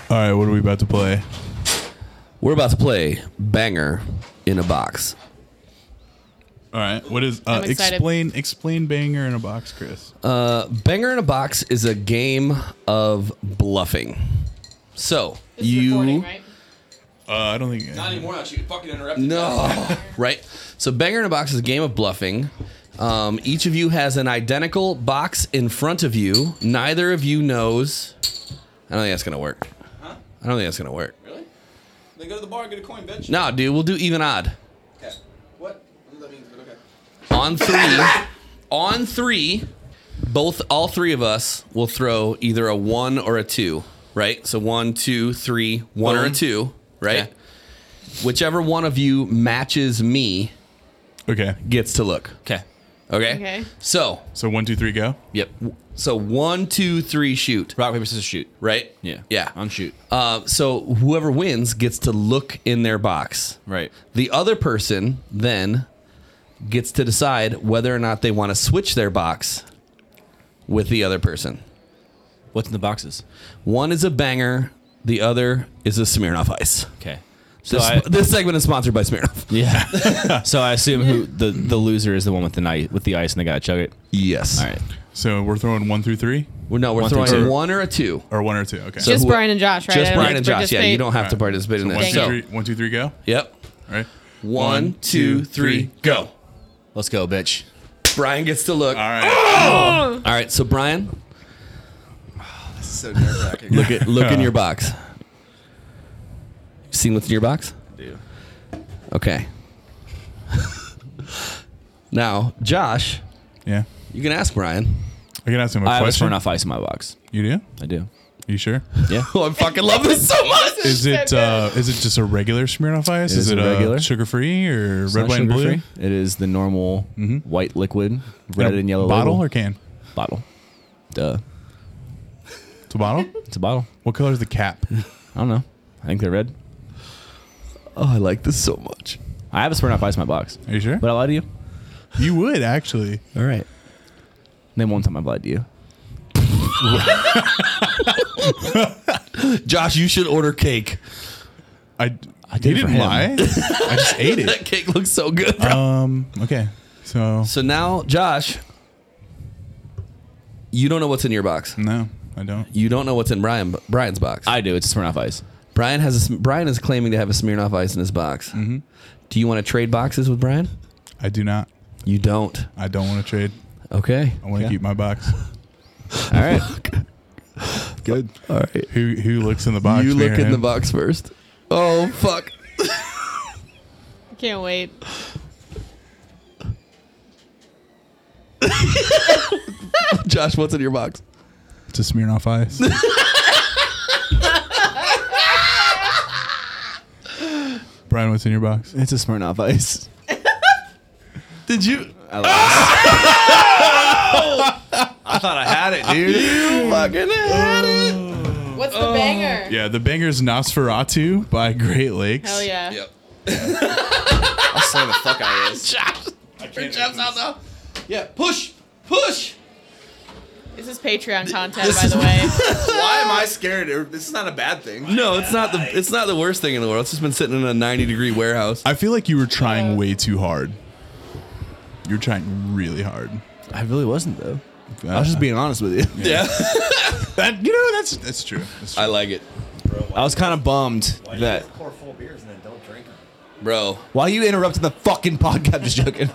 A: All right, what are we about to play?
B: We're about to play Banger in a Box.
A: All right. What is uh,
C: I'm excited.
A: explain explain banger in a box, Chris?
B: Banger in a Box is a game of bluffing. So you.
C: right?
A: Uh, I don't think
G: Not anymore. Actually, you fucking interrupted.
B: No. right? So, Banger in a Box is a game of bluffing. Um, each of you has an identical box in front of you. Neither of you knows. I don't think that's going to work. I don't think that's going to work.
G: Really? Then go to the bar and get a coin, bitch.
B: No, dude, we'll do even odd.
G: Okay. What? What does that mean? But okay.
B: On three, on three, both, all three of us will throw either a one or a two, right? So, one, two, three, one or a
G: Boom.
B: two, right?
G: Yeah.
B: Whichever one of you matches me
A: Okay.
B: gets to look.
G: Okay.
B: Okay.
C: Okay.
B: So,
A: So one, two, three, go.
B: Yep. So one, two, three, shoot.
D: Rock paper scissors shoot.
B: Right.
D: Yeah.
B: Yeah.
D: On shoot.
B: Uh, so whoever wins gets to look in their box.
D: Right.
B: The other person then gets to decide whether or not they want to switch their box with the other person.
D: What's in the boxes?
B: One is a banger. The other is a Smirnoff Ice.
D: Okay. So
B: This,
D: I,
B: this segment is sponsored by Smirnoff.
D: yeah. so I assume who the, the loser is the one with the night with the ice and they gotta chug it.
B: Yes.
D: All right.
A: So we're throwing one through three
B: Well, no, we're
D: One through
B: throwing
D: two.
B: one or a two.
A: or one or two. Okay.
B: So
C: Just
B: who-
C: Brian and Josh, right? I
B: Just
C: don't
B: Brian
C: have
B: and
C: to
B: Josh. Yeah, you
C: participate.
B: don't have to
A: All right.
B: participate in
A: So
B: this.
A: one, two,
B: so,
A: three, one, two, three, go.
B: yep.
A: All right.
B: One, two, three, go.
D: Let's go, bitch.
B: Brian gets to look.
A: All right.
B: All right, so Brian,
G: This is so nerve wracking.
B: look at look in your box. Seen what's in your box?
G: do.
B: Okay. now, Josh,
A: Yeah.
B: you can ask Brian.
A: I can ask him a
D: I have a
A: question.
D: Smirnoff ice in my box.
A: You do?
D: I do.
A: You sure?
B: Oh, I fucking love this so much.
A: Is it uh, is it just a regular Smirnoff Ice?
D: It
A: is
D: is
A: it
D: a
A: a
D: regular.
A: sugar free or red,
D: not
A: white, and blue?
D: sugar-free. It is the normal white liquid, red
A: In a
D: and yellow
A: Bottle
D: label.
A: or can?
D: bottle. Duh.
A: It's a bottle.
D: It's a bottle.
A: what color is the cap?
D: I don't know. I think they're red.
B: Oh, I like this so much.
D: I have a Smirnoff ice in my box.
A: Are you sure?
D: Would I lie to you?
A: you would actually.
D: All right. Name one time I've lied to you.
B: Josh, you should order cake.
A: I. I
D: did it for
A: didn't
D: him.
A: lie. I just ate it.
B: That cake looks so good. bro.
A: Um. Okay. So
B: so now, Josh, you don't know what's in your box.
A: no, I don't.
B: You don't know what's in Brian Brian's box.
D: I do. It's a Smirnoff ice.
B: Brian has a, Sm- Brian is claiming to have a Smirnoff Ice in his box. Do you want to trade boxes with Brian?
A: I do not.
B: You don't.
A: I don't want to trade.
B: Okay.
A: I want to keep my box.
D: All right.
B: Good. All right.
A: Who who looks in the box?
B: you
A: Me or
B: look in the
A: him?
B: box first. Oh fuck.
C: Can't wait.
B: Josh, what's in your box?
A: It's a Smirnoff Ice. Brian, what's in your box?
D: it's a Smirnoff ice.
B: Did you
D: I thought I had it, dude.
B: fucking had it?
C: What's the banger?
A: Yeah, the banger's Nosferatu by Great Lakes.
C: Hell yeah.
G: I'll slam the fuck out of this.
B: Yeah, push, push.
C: This is Patreon content, by the way.
G: Why am I scared? Or- This is not a bad thing.
B: No, it's not the it's not the worst thing in the world. It's just been sitting in a 90 degree warehouse.
A: I feel like you were trying way too hard. You're trying really hard.
D: I really wasn't though. I was just being honest with you.
B: yeah.
A: That you know that's that's true. That's true.
B: I like it.
D: I was kind of bummed that.
F: Pour full beers and then don't drink them.
B: Bro.
D: Why you interrupted the fucking podcast? Just joking.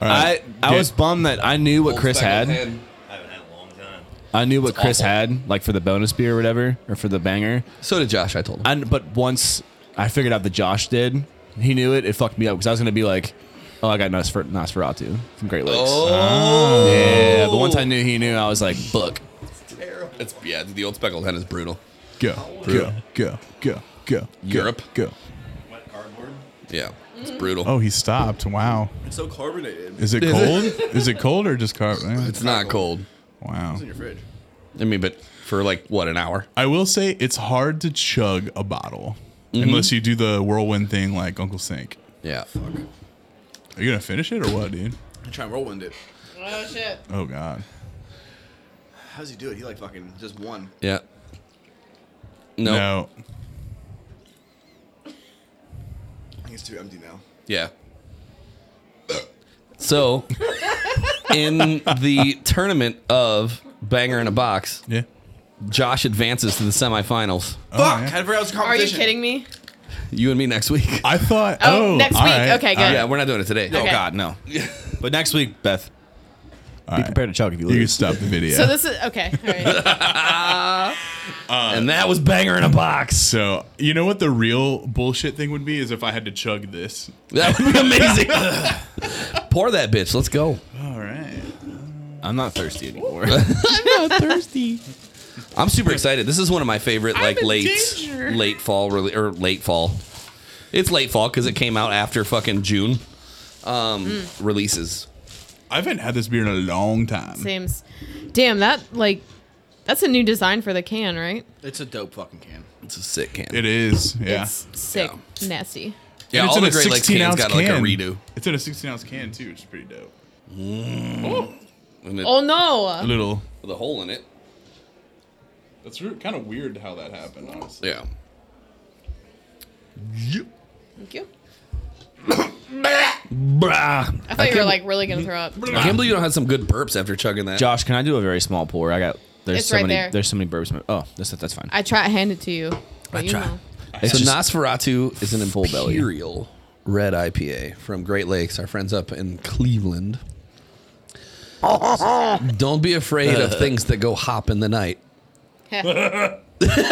A: All
D: I
A: right.
D: I
A: Okay.
D: was bummed that I knew what Chris had.
F: I haven't had a long time.
D: I knew what Chris
B: awful.
D: had, like for the bonus beer or whatever, or for the banger.
B: So did Josh, I told him.
D: And but once I figured out that Josh did, he knew it. It fucked me up because I was gonna be like, "Oh, I got Nosfer- Nosferatu from Great Lakes."
B: Oh.
D: Yeah, but once I knew he knew, I was like, "Book."
B: It's yeah, the old speckled hen is brutal.
A: go go go go go go,
B: Europe.
A: go.
F: Wet cardboard?
B: Yeah, it's brutal.
A: Oh, he stopped. Wow.
G: It's so carbonated.
A: Is it cold? Is it cold or just car?
B: it's not cold.
A: Wow.
G: in your fridge.
B: I mean, but for like what an hour.
A: I will say it's hard to chug a bottle
B: Mm-hmm.
A: unless you do the whirlwind thing like Uncle Sink.
B: Yeah.
A: Are you gonna finish it or what, dude?
G: I'm trying to roll one, dude.
C: Oh shit.
A: Oh God.
G: How does he do it? He like fucking just one.
B: Yeah. No.
A: No.
G: think it's too empty now.
B: Yeah. So, in the tournament of Banger in a Box,
A: Yeah.
B: Josh advances to the semifinals.
D: Oh,
G: Fuck! I forgot it was a
C: Are you
G: competition.
C: kidding me?
B: You and me next week.
A: I thought.
C: Oh, next week.
A: all right.
C: Okay, good.
B: yeah, we're not doing it today.
C: Okay.
D: God, no. but next week, Beth,
A: All
D: be
A: right.
D: prepared to chug if you
A: You can
D: lose.
A: stop the video.
C: So this is okay. All right.
B: And that was Banger in a Box.
A: So you know what the real bullshit thing would be is if I had to chug this.
B: That would be amazing. Pour that bitch. Let's go.
A: All right.
D: I'm not thirsty anymore.
B: I'm super excited. This is one of my favorite like
C: in
B: late
C: danger.
B: late fall really or late fall. It's late fall because it came out after fucking June um, releases.
A: I haven't had this beer in a long time.
C: Seems. Damn that like. That's a new design for the can, right?
D: it's a dope fucking can.
B: It's a sick can.
A: It is. Yeah.
C: It's sick, nasty.
B: yeah,
A: And
B: all the Great Lakes cans got like a
A: can.
B: redo.
A: It's in a 16 ounce can too, which is pretty dope.
B: And it,
C: Oh
A: A
C: no!
A: little.
B: With a hole in it.
A: That's re- kind of weird how that happened, honestly.
B: Yeah.
C: Thank you.
B: Brah.
C: I thought you were like really gonna throw up.
B: I can't believe you don't have some good burps after chugging that.
D: Josh, can I do a very small pour? I got there's
C: It's
D: so
C: right
D: many
C: there.
D: there's so many burps. in my- Oh, that's that's fine.
C: I try to hand it to you. but you
B: try.
C: know.
B: So Nosferatu is an imperial red IPA from Great Lakes. Our friends up in Cleveland. Don't be afraid
D: Uh.
B: of things that go hop in the night.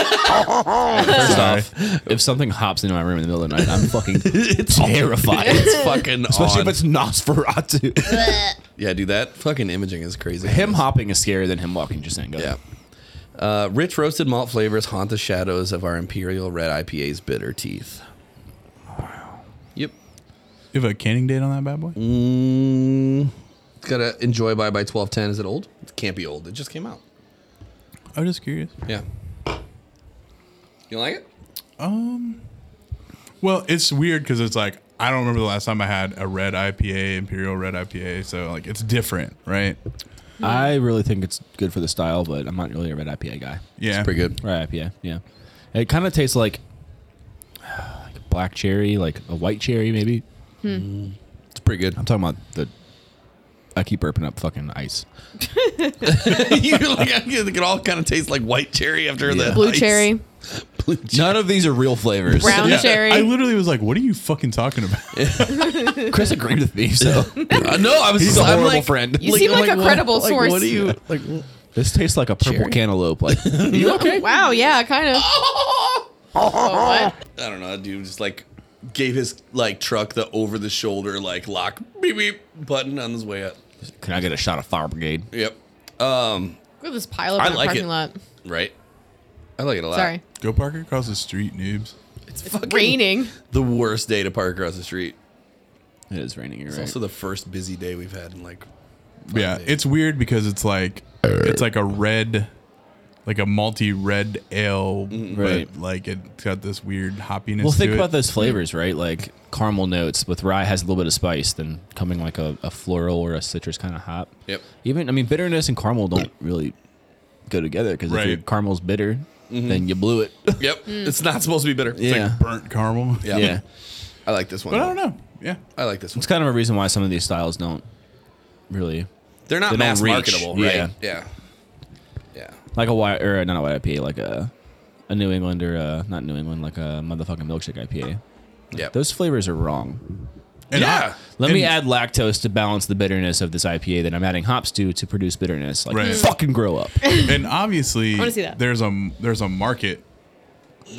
D: First off, if something hops into my room in the middle of the night, I'm fucking terrified.
B: It's fucking
D: Especially
B: on.
D: if it's Nosferatu.
B: yeah, dude, that fucking imaging is crazy.
D: him hopping is scarier than him walking. Just saying. Go
B: Yeah. Uh, rich roasted malt flavors haunt the shadows of our imperial red IPA's bitter teeth. Yep.
A: You have a canning date on that bad boy?
B: Mm, it's got to enjoy by by twelve ten. Is it old? It can't be old. It just came out.
A: I'm just curious.
B: Yeah. You like it?
A: Well, it's weird because it's like I don't remember the last time I had a red IPA, Imperial Red IPA. So like it's different, right?
D: I really think it's good for the style, but I'm not really a red IPA guy.
A: Yeah,
B: Pretty good.
D: Red IPA, yeah. It kind of tastes like, like black cherry, like a white cherry, maybe.
B: It's pretty good.
D: I'm talking about the. I keep burping up fucking ice.
B: you like, it all kind of tastes like white cherry after the
C: Blue
B: ice.
C: cherry,
B: Blue cherry.
D: None of these are real flavors.
C: brown
A: Yeah. I
C: cherry.
A: literally was like, "What are you fucking talking about?"
D: Chris agreed with me, so
B: Uh, no, I was.
D: He's a
B: I'm
D: horrible
B: like-
D: friend.
C: You seem like a
B: what-
C: credible
B: like,
C: source.
B: What do you?
D: this tastes like a purple
B: Cherry.
D: cantaloupe. Like
B: You okay?
C: Wow, yeah, kind of.
B: I
C: Oh, what?
B: don't know. That Dude, just like gave his like truck the over the shoulder like lock beep beep button on his way up.
D: Can I get a shot of fire brigade?
B: Yep. Um.
C: Look at this pile
B: I
C: up in the
B: like
C: parking
B: it.
C: lot.
B: Right. I like it a lot.
C: Sorry,
A: Go park it across the street, noobs.
B: It's, fucking
C: raining.
B: The worst day to park across the street.
D: It is raining. You're
B: It's
D: right.
B: also the first busy day we've had in like
A: yeah, it's weird because it's like it's like a red, like a malty red ale,
D: Right.
A: but like it's got this weird hoppiness.
D: Mm-hmm. well, think
A: to it.
D: about those flavors, right? Like caramel notes with rye has a little bit of spice, then coming like a, a floral or a citrus kind of hop.
B: Yep.
D: Even I mean, bitterness and caramel don't really go together because if your
A: Right.
D: caramel's bitter, then you blew it.
B: Yep.
A: Hmm.
B: It's not supposed to be bitter.
D: yeah.
A: burnt caramel.
B: Yeah.
D: yeah.
B: I like this one.
A: but I don't know. Yeah,
B: I like this one.
D: It's kind of a reason why some of these styles don't really
B: They're not
D: They don't
B: mass
D: reach.
B: marketable,
D: Yeah.
B: right? Yeah. Yeah.
D: like a white or not a white IPA, like a a New England or a, not New England, like a motherfucking milkshake IPA.
B: Yeah.
D: Those flavors are wrong.
A: and
B: yeah.
D: Let me add
A: And-
D: lactose to balance the bitterness of this IPA that I'm adding hops to to produce bitterness. Like
A: Right.
D: fucking grow up.
A: I, and obviously
C: wanna see that.
A: there's a there's a market.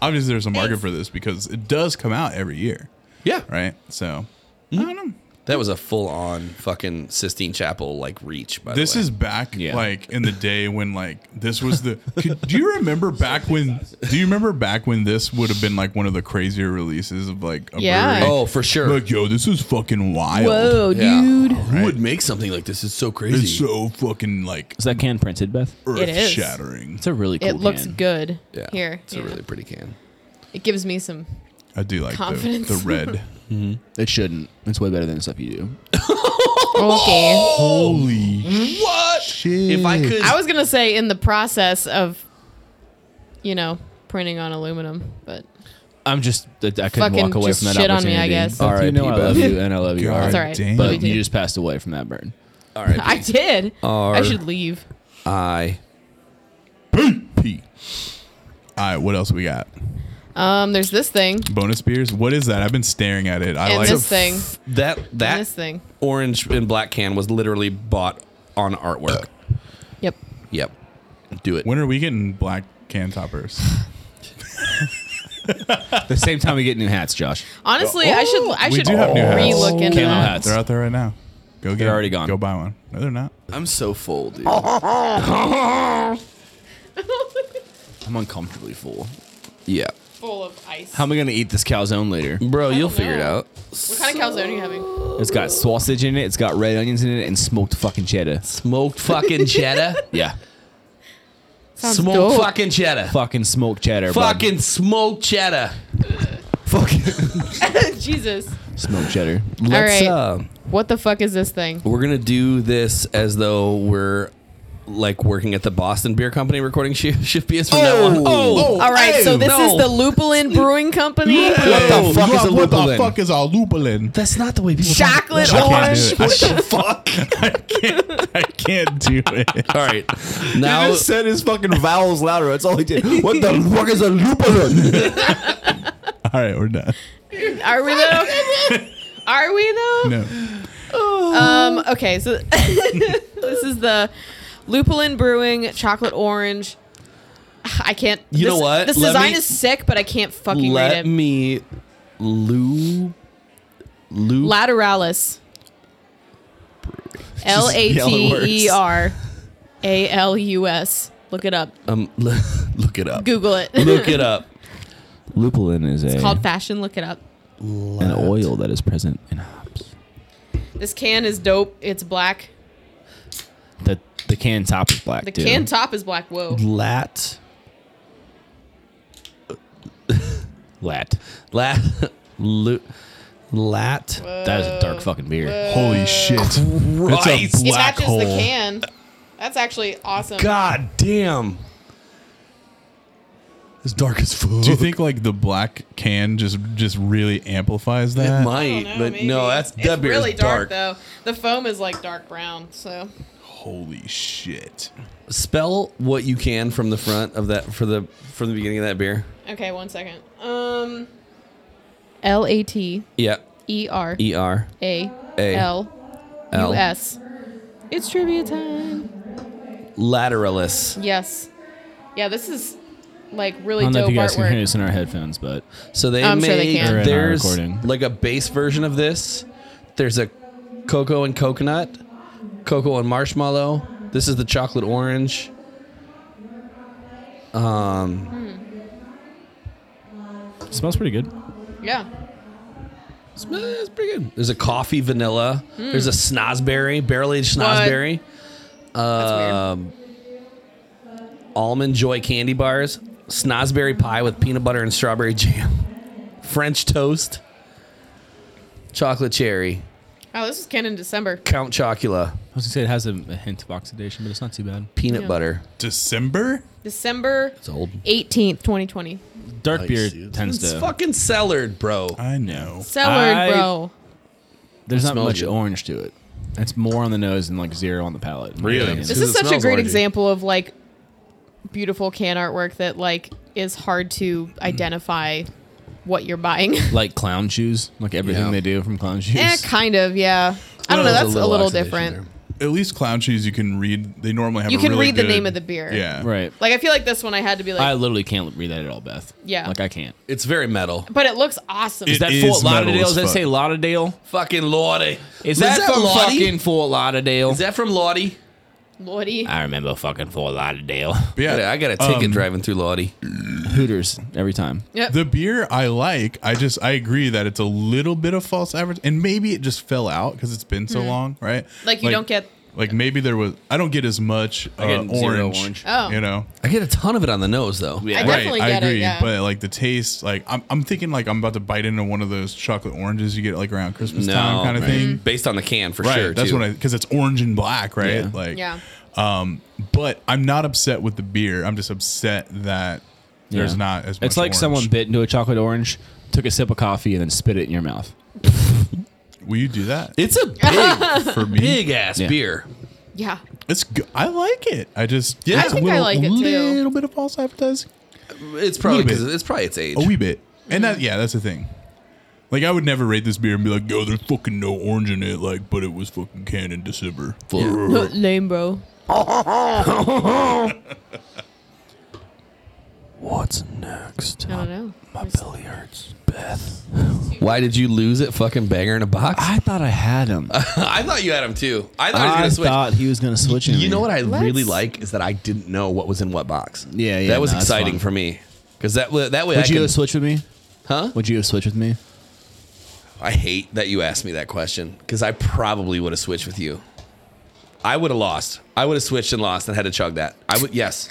A: obviously, there's a market for this because it does come out every year,
B: yeah.
A: right? So I don't know.
B: That was a full on fucking Sistine Chapel like reach. By
A: This
B: the way.
A: is back
D: Yeah.
A: like in the day when like this was the. could, do you remember back when? Do you remember back when this would have been like one of the crazier releases of like a
C: Yeah.
A: brewery?
B: oh for sure.
A: Like yo, this is fucking wild.
C: Whoa,
B: Yeah.
C: dude.
B: Who would make something like this? It's so crazy.
A: It's so fucking like
D: Is that can printed, Beth?
A: earth
C: is.
A: shattering.
D: It's a really cool.
C: It looks
D: can.
C: good
B: yeah.
C: here.
B: It's
C: Yeah.
B: a really pretty can.
C: it gives me some.
A: I do like the,
C: Confidence.
A: the red.
D: It shouldn't. It's way better than the stuff you do.
B: Oh!
C: Okay.
A: Holy
B: What?
A: shit!
B: If I could,
C: I was gonna say in the process of, you know, printing on aluminum, but
J: I'm just I, I couldn't
C: Fucking
J: walk away
C: just
J: from that
C: shit on me,
J: opportunity.
C: I guess.
J: All right,
D: You know I
J: I
D: love
J: love you and I love you.
A: God
J: hard,
C: That's all right.
A: damn.
J: But
C: We
J: you
C: did.
J: just passed away from that burn.
B: All right.
C: I did. I
B: R-
C: should leave.
B: I.
A: P. All right, what else we got?
C: Um, there's this thing
A: Bonus beers. What is that? I've been staring at it. I
C: and
A: like
C: this thing
B: That that
C: and this thing.
B: orange and black can was literally bought on artwork.
C: Yep.
B: yep. Do it.
A: When are we getting black can toppers?
D: the same time we get new hats, Josh.
C: Honestly, I should I
A: Oh, we
C: should
A: do have new hats.
C: re-look into
J: Camo
C: that.
J: hats.
A: They're out there right now. Go get. 'em.
D: already gone.
A: Go buy one. No, they're not.
G: I'm so full, dude.
D: I'm uncomfortably full.
B: Yeah.
C: Full of ice.
D: How am I gonna eat this calzone later?
B: Bro, you'll
C: don't
B: figure it
C: know.
B: out.
C: what kind of calzone are you having?
D: It's got sausage in it. It's got red onions in it and smoked fucking cheddar.
B: Smoked fucking cheddar.
D: Yeah,
C: Sounds
B: Smoked
C: dope.
B: fucking cheddar.
D: fucking smoked cheddar. bud.
B: Fucking smoked cheddar. fucking.
C: Jesus.
D: smoked cheddar.
B: Let's
C: right.
B: uh,
C: What the fuck is this thing?
B: We're gonna do this as though we're like working at the Boston Beer Company recording shift, shift BS from now on. Oh,
C: All right, so this
B: no.
C: is the Lupulin Brewing Company.
B: What the fuck
A: Look,
B: is a
A: what the
B: lupulin?
A: fuck is a lupulin?
B: that's not the way people.
C: Chocolate
A: I can't
C: orange.
A: do it. I should- I can't do it.
B: All right, now
D: said his fucking vowels louder. That's all he did. What the fuck is a lupulin?
A: All right, we're done.
C: Are we though? Are we though?
A: No.
C: Um, okay, so this is the Lupulin Brewing Chocolate Orange. I can't.
B: You
C: this,
B: know what?
C: This
B: Let
C: design
B: me-
C: is sick, but I can't fucking
B: let
C: read it.
B: me lou lou
C: Lateralis. L A T E R A L U S. Look it up.
B: um l- look it up.
C: Google it.
B: Look it up.
D: Lupulin is a
C: Called fashion. Look it up.
D: an oil that is present in hops.
C: This can is dope. It's black.
D: The the can top is black.
C: The
D: too.
C: can top is black. Whoa.
B: Lat
D: lat.
B: lat lu, lat.
D: That is a dark fucking beer.
A: Holy shit. It's a
B: Christ.
C: It
A: black
C: matches
A: hole.
C: the can. That's actually awesome.
B: God damn. It's dark as fuck.
A: Do you think like the black can just just really amplifies
B: It
A: that?
C: I
B: might,
C: don't know,
B: but
C: maybe.
B: no, that's
C: it's
B: that beer
C: really
B: is dark.
C: dark. though. The foam is like dark brown. So
A: Holy shit.
B: Spell what you can from the front of that for the from the beginning of that beer.
C: okay, one second. Um, L A T
B: Yeah,
C: E R
B: E R
C: A
B: A
C: L U
B: L
C: S. It's trivia time.
B: lateralis.
C: Yes. Yeah, this is like really
J: I don't know
C: dope
J: if you guys can hear
C: artwork.
J: this in our headphones, but
B: So they
C: I'm
B: made
C: sure they can.
J: They're in our
B: there's
J: recording.
B: like a base version of this. There's a cocoa and coconut, cocoa and marshmallow. This is the chocolate orange.
J: it smells pretty good.
C: Yeah.
B: It's, eh, it's pretty good. There's a coffee vanilla. There's a
C: Hmm.
B: snozberry, barrel aged snozberry. Uh,
C: That's weird.
B: almond joy candy bars, snozberry pie with peanut butter and strawberry jam, French toast, chocolate cherry,
C: Oh, this was canned in December.
B: Count Chocula,
J: I was gonna say it has a, a hint of oxidation, but it's not too bad.
B: peanut
C: Yeah.
B: butter.
A: December?
C: December
B: It's old.
C: 18th, 2020.
J: Dark beer
B: It's
J: tends to.
B: fucking cellared, bro.
A: I know.
C: Cellard,
J: I-
C: bro.
J: there's not
B: smells
J: much
B: good.
J: orange to it. It's more on the nose and like zero on the palate. in my
B: Really?
J: opinion.
C: This
B: 'Cause
C: is
B: it
C: such a
B: smells
C: great
B: orangey.
C: example of like beautiful can artwork that like is hard to identify what you're buying.
J: like clown shoes, like everything
B: Yeah.
J: they do from clown shoes.
C: eh, kind of, yeah. I don't know.
B: There's
C: That's a little,
B: oxidation
C: different.
B: there.
A: At least clown cheese you can read they normally have
C: You
A: a
C: can
A: really
C: read the
A: good-
C: name of the beer.
A: Yeah.
J: right.
C: Like I feel like this one I had to be like,
J: I literally can't read that at all, Beth.
C: Yeah.
J: Like I can't.
B: It's very metal.
C: but it looks awesome.
A: It-
J: Is that
A: is
J: Fort
A: metal
J: Lauderdale?
A: as
J: Does that
A: fuck.
J: say Lauderdale?
B: Fucking Lordy.
J: Is
B: Was
J: that, from
B: Lottie?
J: fucking Fort Lauderdale?
B: Is that from Lottie?
C: Lordy.
J: I remember fucking Fort Lauderdale.
A: But yeah,
B: Yeah, I got a ticket
A: um,
B: driving through Lottie.
D: Hooters every time.
C: Yep.
A: The beer I like, I just I agree that it's a little bit of false average, and maybe it just fell out because it's been so long, right?
C: Hmm. Like, you don't get-
A: like maybe there was I don't get as much uh,
J: get
A: orange,
J: zero orange.
C: Oh.
A: you know,
B: I get a ton of it on the nose though. Yeah.
C: I definitely
A: I
C: get
A: agree,
C: it. Yeah.
A: but like the taste, like I'm I'm thinking like I'm about to bite into one of those chocolate oranges you get like around Christmas time kind of thing,
B: Based on the can for
A: right?
B: sure.
A: That's
B: too.
A: what I because it's orange and black, right?
J: Yeah.
A: Like
C: yeah.
A: um, but I'm not upset with the beer. I'm just upset that There's
J: Yeah.
A: not as much
J: It's like
A: orange.
J: someone bit into a chocolate orange, took a sip of coffee, and then spit it in your mouth.
A: Will you do that
B: It's a big,
A: for me?
B: big ass
J: Yeah.
B: beer.
C: Yeah.
A: It's go- I like it. I just
B: Yeah.
A: It's
B: I
C: think
A: a
C: I
A: little,
C: like it, too.
A: Little bit of false advertising,
B: It's probably
A: Little bit.
B: 'cause it's probably its
J: Oh,
B: age.
A: a wee bit, and that yeah, that's the thing. Like I would never rate this beer and be like, "Yo, there's fucking no orange in it," like, but it was fucking canned in December.
C: Lame, bro.
J: What's next?
C: I don't know.
J: belly hurts. Beth.
B: Why did you lose it? Fucking banger in a box.
J: I thought I had him.
B: I thought you had him too. I thought he
J: I
B: was gonna switch.
J: thought he was going to switch.
B: You know what I
C: Let's-
B: really like is that I didn't know what was in what box.
J: Yeah, yeah,
B: That was
J: no, that's
B: exciting
J: fun.
B: for me because that wa- that way I
J: Would you
B: can,
J: have switched with me?
B: huh?
J: Would you have switched with me?
B: I hate that you asked me that question because I probably would have switched with you. I would have lost. I would have switched and lost and had to chug that. I would yes.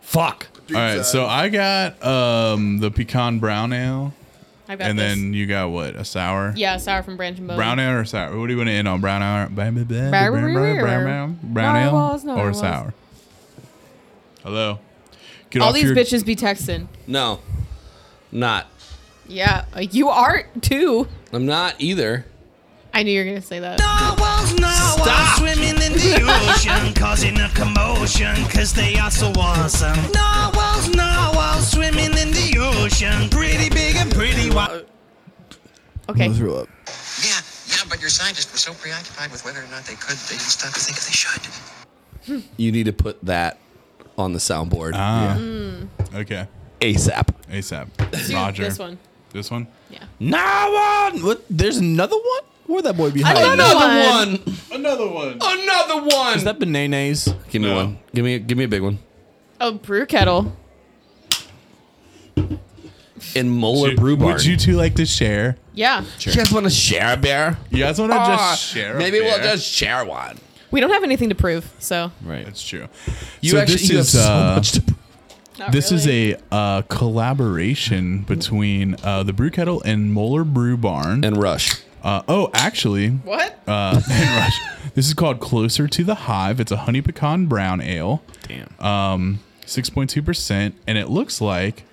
B: Fuck.
A: All right, so I got um the pecan brown ale,
C: I got
A: and
C: this.
A: then you got what a sour.
C: yeah, sour from Branch and Bone.
A: Brown ale or sour? What do you want to end on? Brown ale, brown, brown, brown, brown, brown, brown
C: No, it
A: ale,
C: was, no, it
A: or
C: was.
A: sour? Hello. Get
C: All
A: off
C: these
A: your-
C: bitches be texting.
B: No, not.
C: Yeah, Uh, you aren't too.
B: I'm not either.
C: I knew you were gonna say that.
E: Narwhals, narwhals,
B: Stop.
E: swimming in the ocean, causing a commotion, cause they are so awesome. Narwhals, narwhals, swimming in the ocean, pretty big and pretty wild.
C: Okay.
D: threw up.
K: Yeah, yeah, but your scientists were so preoccupied with whether or not they could, they didn't stop to think if they should.
B: You need to put that on the soundboard
A: Ah. Okay.
B: ASAP.
A: ASAP.
C: Dude,
A: Roger.
C: Mm. This one.
A: This one?
C: Yeah.
D: Nah, one. What? There's another one. Where'd that boy be hiding?
C: Another one.
A: Another one.
B: Another one.
D: Is that bananas?
B: give me
A: No.
B: one. Give me. Give me a big one.
C: Oh, brew kettle.
B: In Mola
A: Would,
B: Brew Barn.
A: you two like to share?
C: Yeah.
B: You guys want to share a beer?
A: You guys want to
B: Ah,
A: just share? a
B: Maybe we'll
A: beer?
B: just share one.
C: We don't have anything to prove, so.
J: Right.
A: That's true.
B: You
A: So
B: actually
A: this
B: you
A: is,
B: have
A: uh,
B: so much to.
C: Not
A: This
C: really.
A: is a uh, collaboration between uh, the Brew Kettle and Moeller Brew Barn.
B: And Rush.
A: uh, oh, actually,
C: What?
A: uh, and Rush. This is called Closer to the Hive. It's a honey pecan brown ale,
J: Damn.
A: six point two percent, and it looks like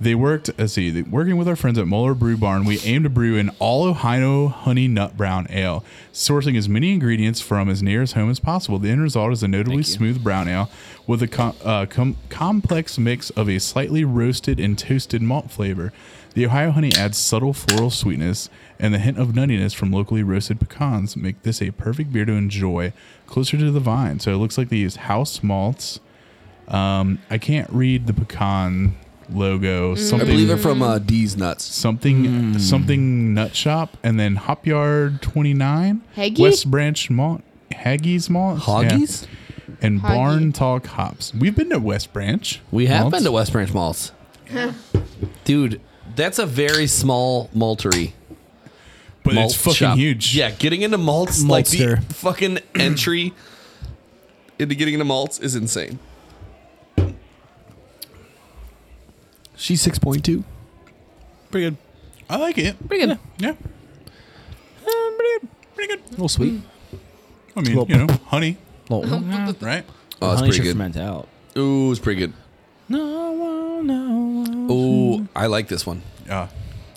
A: they worked. Let's see, they, working with our friends at Moeller Brew Barn, we aim to brew an all Ohio honey nut brown ale, sourcing as many ingredients from as near as home as possible. The end result is a notably smooth brown ale with a com- uh, com- complex mix of a slightly roasted and toasted malt flavor. The Ohio honey adds subtle floral sweetness and the hint of nuttiness from locally roasted pecans make this a perfect beer to enjoy closer to the vine. So it looks like they use house malts. Um, I can't read the pecan logo.
B: Mm. I
A: Something
B: believe they're Mm. from uh, D's Nuts.
A: something something nut shop and then Hop Yard 29
C: Haggy?
A: West Branch Malt Haggies Malt yeah,
B: Hoggies?
A: and
C: Hoggy.
A: Barn Talk Hops. We've been to West Branch.
B: We have
A: Malts.
B: been to West Branch Malts. Dude, that's a very small maltery.
A: but
B: malt
A: it's fucking
B: shop.
A: huge.
B: Yeah, getting into malts, like the
D: Maltster.
B: fucking entry into getting into malts is insane. She's six point two.
A: pretty good. I like it.
C: Pretty good.
A: Yeah. Um, pretty good. Pretty good.
D: A little sweet.
A: I mean, you know, honey,
D: Little,
A: right?
B: Oh, it's
D: honey
B: pretty
D: should
B: good.
D: ferment out.
B: Ooh, it's pretty good.
D: No one,
B: Mm-hmm.
D: no
B: Ooh, I like this one.
A: Yeah.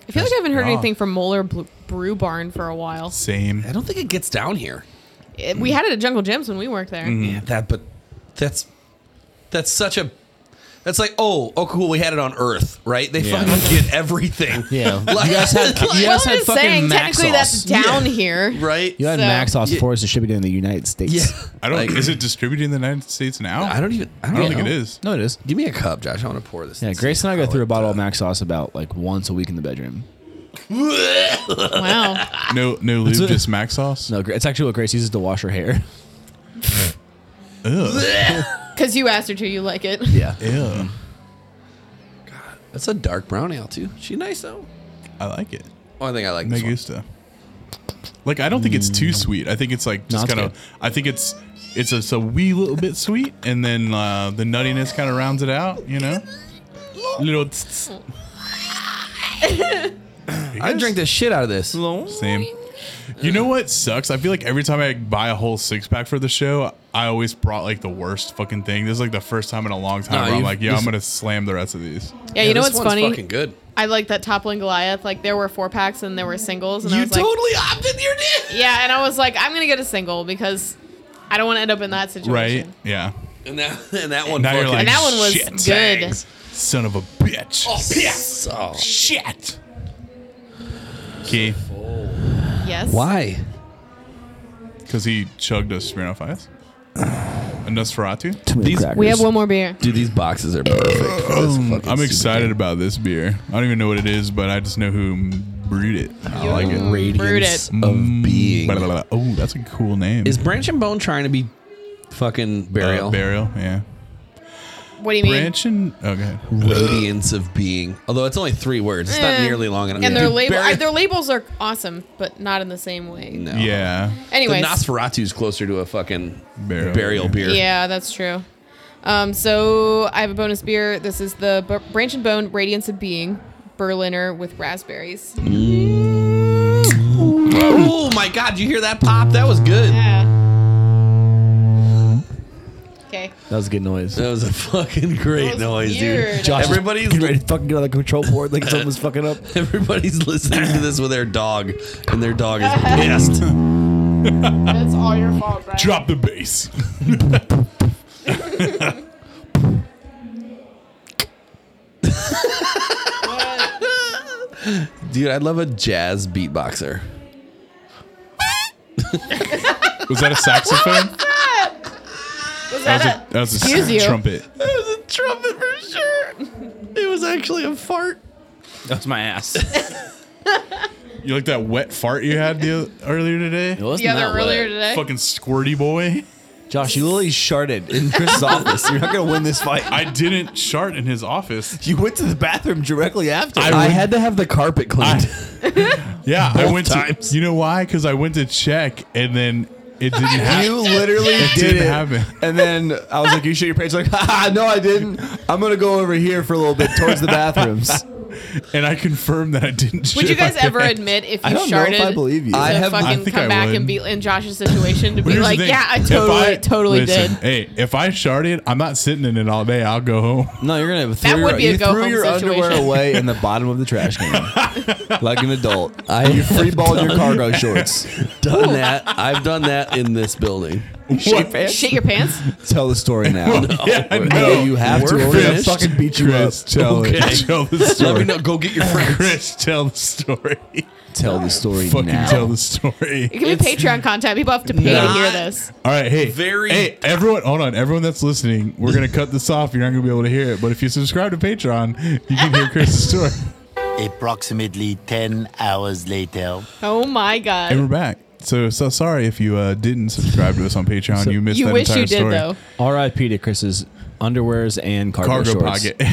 C: I feel like I haven't heard
A: Yeah.
C: anything from Moeller Bl- Brew Barn for a while.
A: Same.
B: I don't think it gets down here.
C: It- we had it at Jungle Gyms when we worked there.
B: Yeah, that but that's that's such a that's like oh oh cool we had it on Earth right they fucking get everything
D: Yeah.
B: like, you guys had
C: Well, I'm
D: guys had
C: just
D: fucking
C: saying,
D: Mac
C: technically that's
D: sauce.
C: down here.
B: right
D: You had
C: So-
D: Max sauce
B: Yeah.
D: before it's distributed in the United States.
B: yeah
A: I don't.
B: Like,
A: is it distributed in the United States now?
B: I don't even I
A: I
B: don't,
A: don't
B: know.
A: think it is.
D: No, it is.
B: Give me a cup, Josh. I want to pour this.
J: Yeah, Grace and I go through a bottle
D: uh,
J: of Mac sauce about like once a week in the bedroom.
C: Wow.
A: No, no lube,
D: it.
A: just mac sauce.
D: No, Gra- it's actually what Grace uses to wash her hair.
A: Ugh.
C: Because you asked her to, you like it.
D: Yeah.
A: Ew.
B: That's a dark brown ale too. She nice though.
A: I like it.
B: Oh, I think I like
A: Me
B: this one.
A: gusta. Like I don't think it's too sweet. I think it's like just
D: Mm. it's
A: kind of. I think it's it's a, it's a wee little bit sweet, and then uh, the nuttiness kind of rounds it out. You know, little. tss, tss.
B: I drink the shit out of this.
A: Same. You know what sucks? I feel like every time I buy a whole six pack for the show, I always brought like the worst fucking thing. This is like the first time in a long time
B: Nah,
A: where I'm
B: you've-
A: like, yeah,
B: this-
A: I'm gonna slam the rest of these.
C: Yeah, you know
B: this
C: what's
B: one's
C: funny?
B: Fucking good.
C: I like that toppling Goliath. Like there were four packs and there were singles, and I
B: You
C: was like,
B: totally opted. You did.
C: yeah, and I was like, I'm gonna get a single because I don't want to end up in that situation.
A: Right? Yeah.
B: And that and that one.
A: Now you're
B: fucking-
A: like,
C: And that one was
A: "Shit,
C: good.
A: thanks, Son of a bitch.
B: oh, piss. Oh.
A: Shit. Keith,
C: Yes.
B: Why?
A: because he chugged a Smirnoff Ice. A Nosferatu.
B: These,
C: We have one more beer.
B: dude, these boxes are perfect. for this
A: Um,
B: fucking
A: I'm
B: stupid
A: excited
B: game.
A: about this beer. I don't even know what it is, but I just know who brewed it. I like it. Mm.
C: Brewed
B: Radiance
C: it.
B: of being.
A: Blah, blah, blah. Oh, that's a cool name.
B: Is Branch and Bone trying to be fucking
A: Uh,
B: burial?
A: burial, yeah.
C: What do you mean?
A: Branch and oh, go ahead.
B: Radiance of being. Although it's only three words, it's not
C: Eh.
B: nearly long enough.
C: And their
B: Dude,
C: label,
B: burial-
C: I, their labels are awesome, but not in the same way.
B: No.
A: Yeah,
C: Anyways,
B: The Nosferatu's closer to a fucking
A: Burial,
B: burial,
A: yeah.
B: beer.
C: yeah, that's true. Um, so I have a bonus beer. This is the B- Branch and Bone Radiance of Being Berliner with raspberries.
B: Oh my god, did you hear that pop? That was good.
C: Yeah. Okay.
D: That was a good noise.
B: That was a fucking great
C: That was
B: noise,
C: weird.
B: dude.
C: Josh is
B: everybody's
D: Get ready to fucking get on the control board like something's fucking up.
B: everybody's listening to this with their dog, and their dog is pissed.
C: That's all your fault, Brian.
A: drop the bass.
B: Dude, I love a jazz beatboxer.
A: Was that a saxophone?
C: Was
A: That was
C: that
A: a, that was a
C: Excuse you.
A: trumpet.
B: It was a trumpet for sure. It was actually a fart.
D: That's my ass.
A: You like that wet fart you had the, earlier today?
D: It wasn't
C: the
D: that
C: other earlier
D: wet.
C: today?
A: Fucking squirty boy.
D: Josh, you literally sharded in Chris's office. You're not gonna win this fight.
A: I didn't shart in his office.
D: You went to the bathroom directly after.
B: I, had to have the carpet cleaned.
A: Yeah, I went
B: times.
A: to. You know why? Because I went to check and then it didn't happen.
D: You literally
A: It
D: did
A: didn't
D: it.
A: happen.
D: And then I was like, "You shit your pants." Like, "Ha, no, I didn't. I'm gonna go over here for a little bit towards the bathrooms.
A: and I confirmed that I didn't. shit
C: Would you guys
A: my
C: ever
A: pants.
C: admit if you
D: I don't know
C: sharded?
D: if I believe you.
C: To
B: I have-
A: I
C: fucking
A: think
C: come
A: I
C: back
A: would.
C: and be in Josh's situation to
A: But
C: be
A: here's the
C: like,
A: thing.
C: yeah, I
A: If
C: totally,
A: I-
C: totally
A: listen,
C: did.
A: Hey, if I sharded, I'm not sitting in it all day. I'll go home.
D: No, you're gonna throw
C: would
D: your,
C: be a
D: you
C: go
D: threw
C: home
D: your underwear
C: situation.
D: away in the bottom of the trash can, like an adult. I you free balled your cargo shorts.
B: done that. I've done that in this building.
A: What?
C: Shit your pants?
D: Tell the story now.
A: Yeah, I
D: Hey,
A: know.
D: you have to.
B: We're
D: or We're gonna
B: finished.
D: fucking beat you
A: Chris,
D: up.
A: tell,
B: Okay.
A: it. tell the
B: Let me
A: story.
B: know. Go get your friends.
A: Chris, tell the story.
D: Tell the story
A: Fucking
D: now.
A: tell the story.
C: It could be Patreon content. People have to pay to hear
B: Not-
C: this.
A: All right, hey,
B: Very-
A: hey, everyone, hold on, everyone that's listening, we're gonna cut this off. You're not gonna be able to hear it, but if you subscribe to Patreon, you can hear Chris's story.
H: Approximately 10 hours later.
C: Oh my
A: And we're
C: god.
A: back. So, so sorry if you uh, didn't subscribe to us on Patreon. you missed
C: You
A: that
C: wish
A: entire
C: you did
A: story. Oh,
C: though.
D: R.I.P. to Chris's underwears and cargo,
A: Cargo
D: shorts.
A: pocket.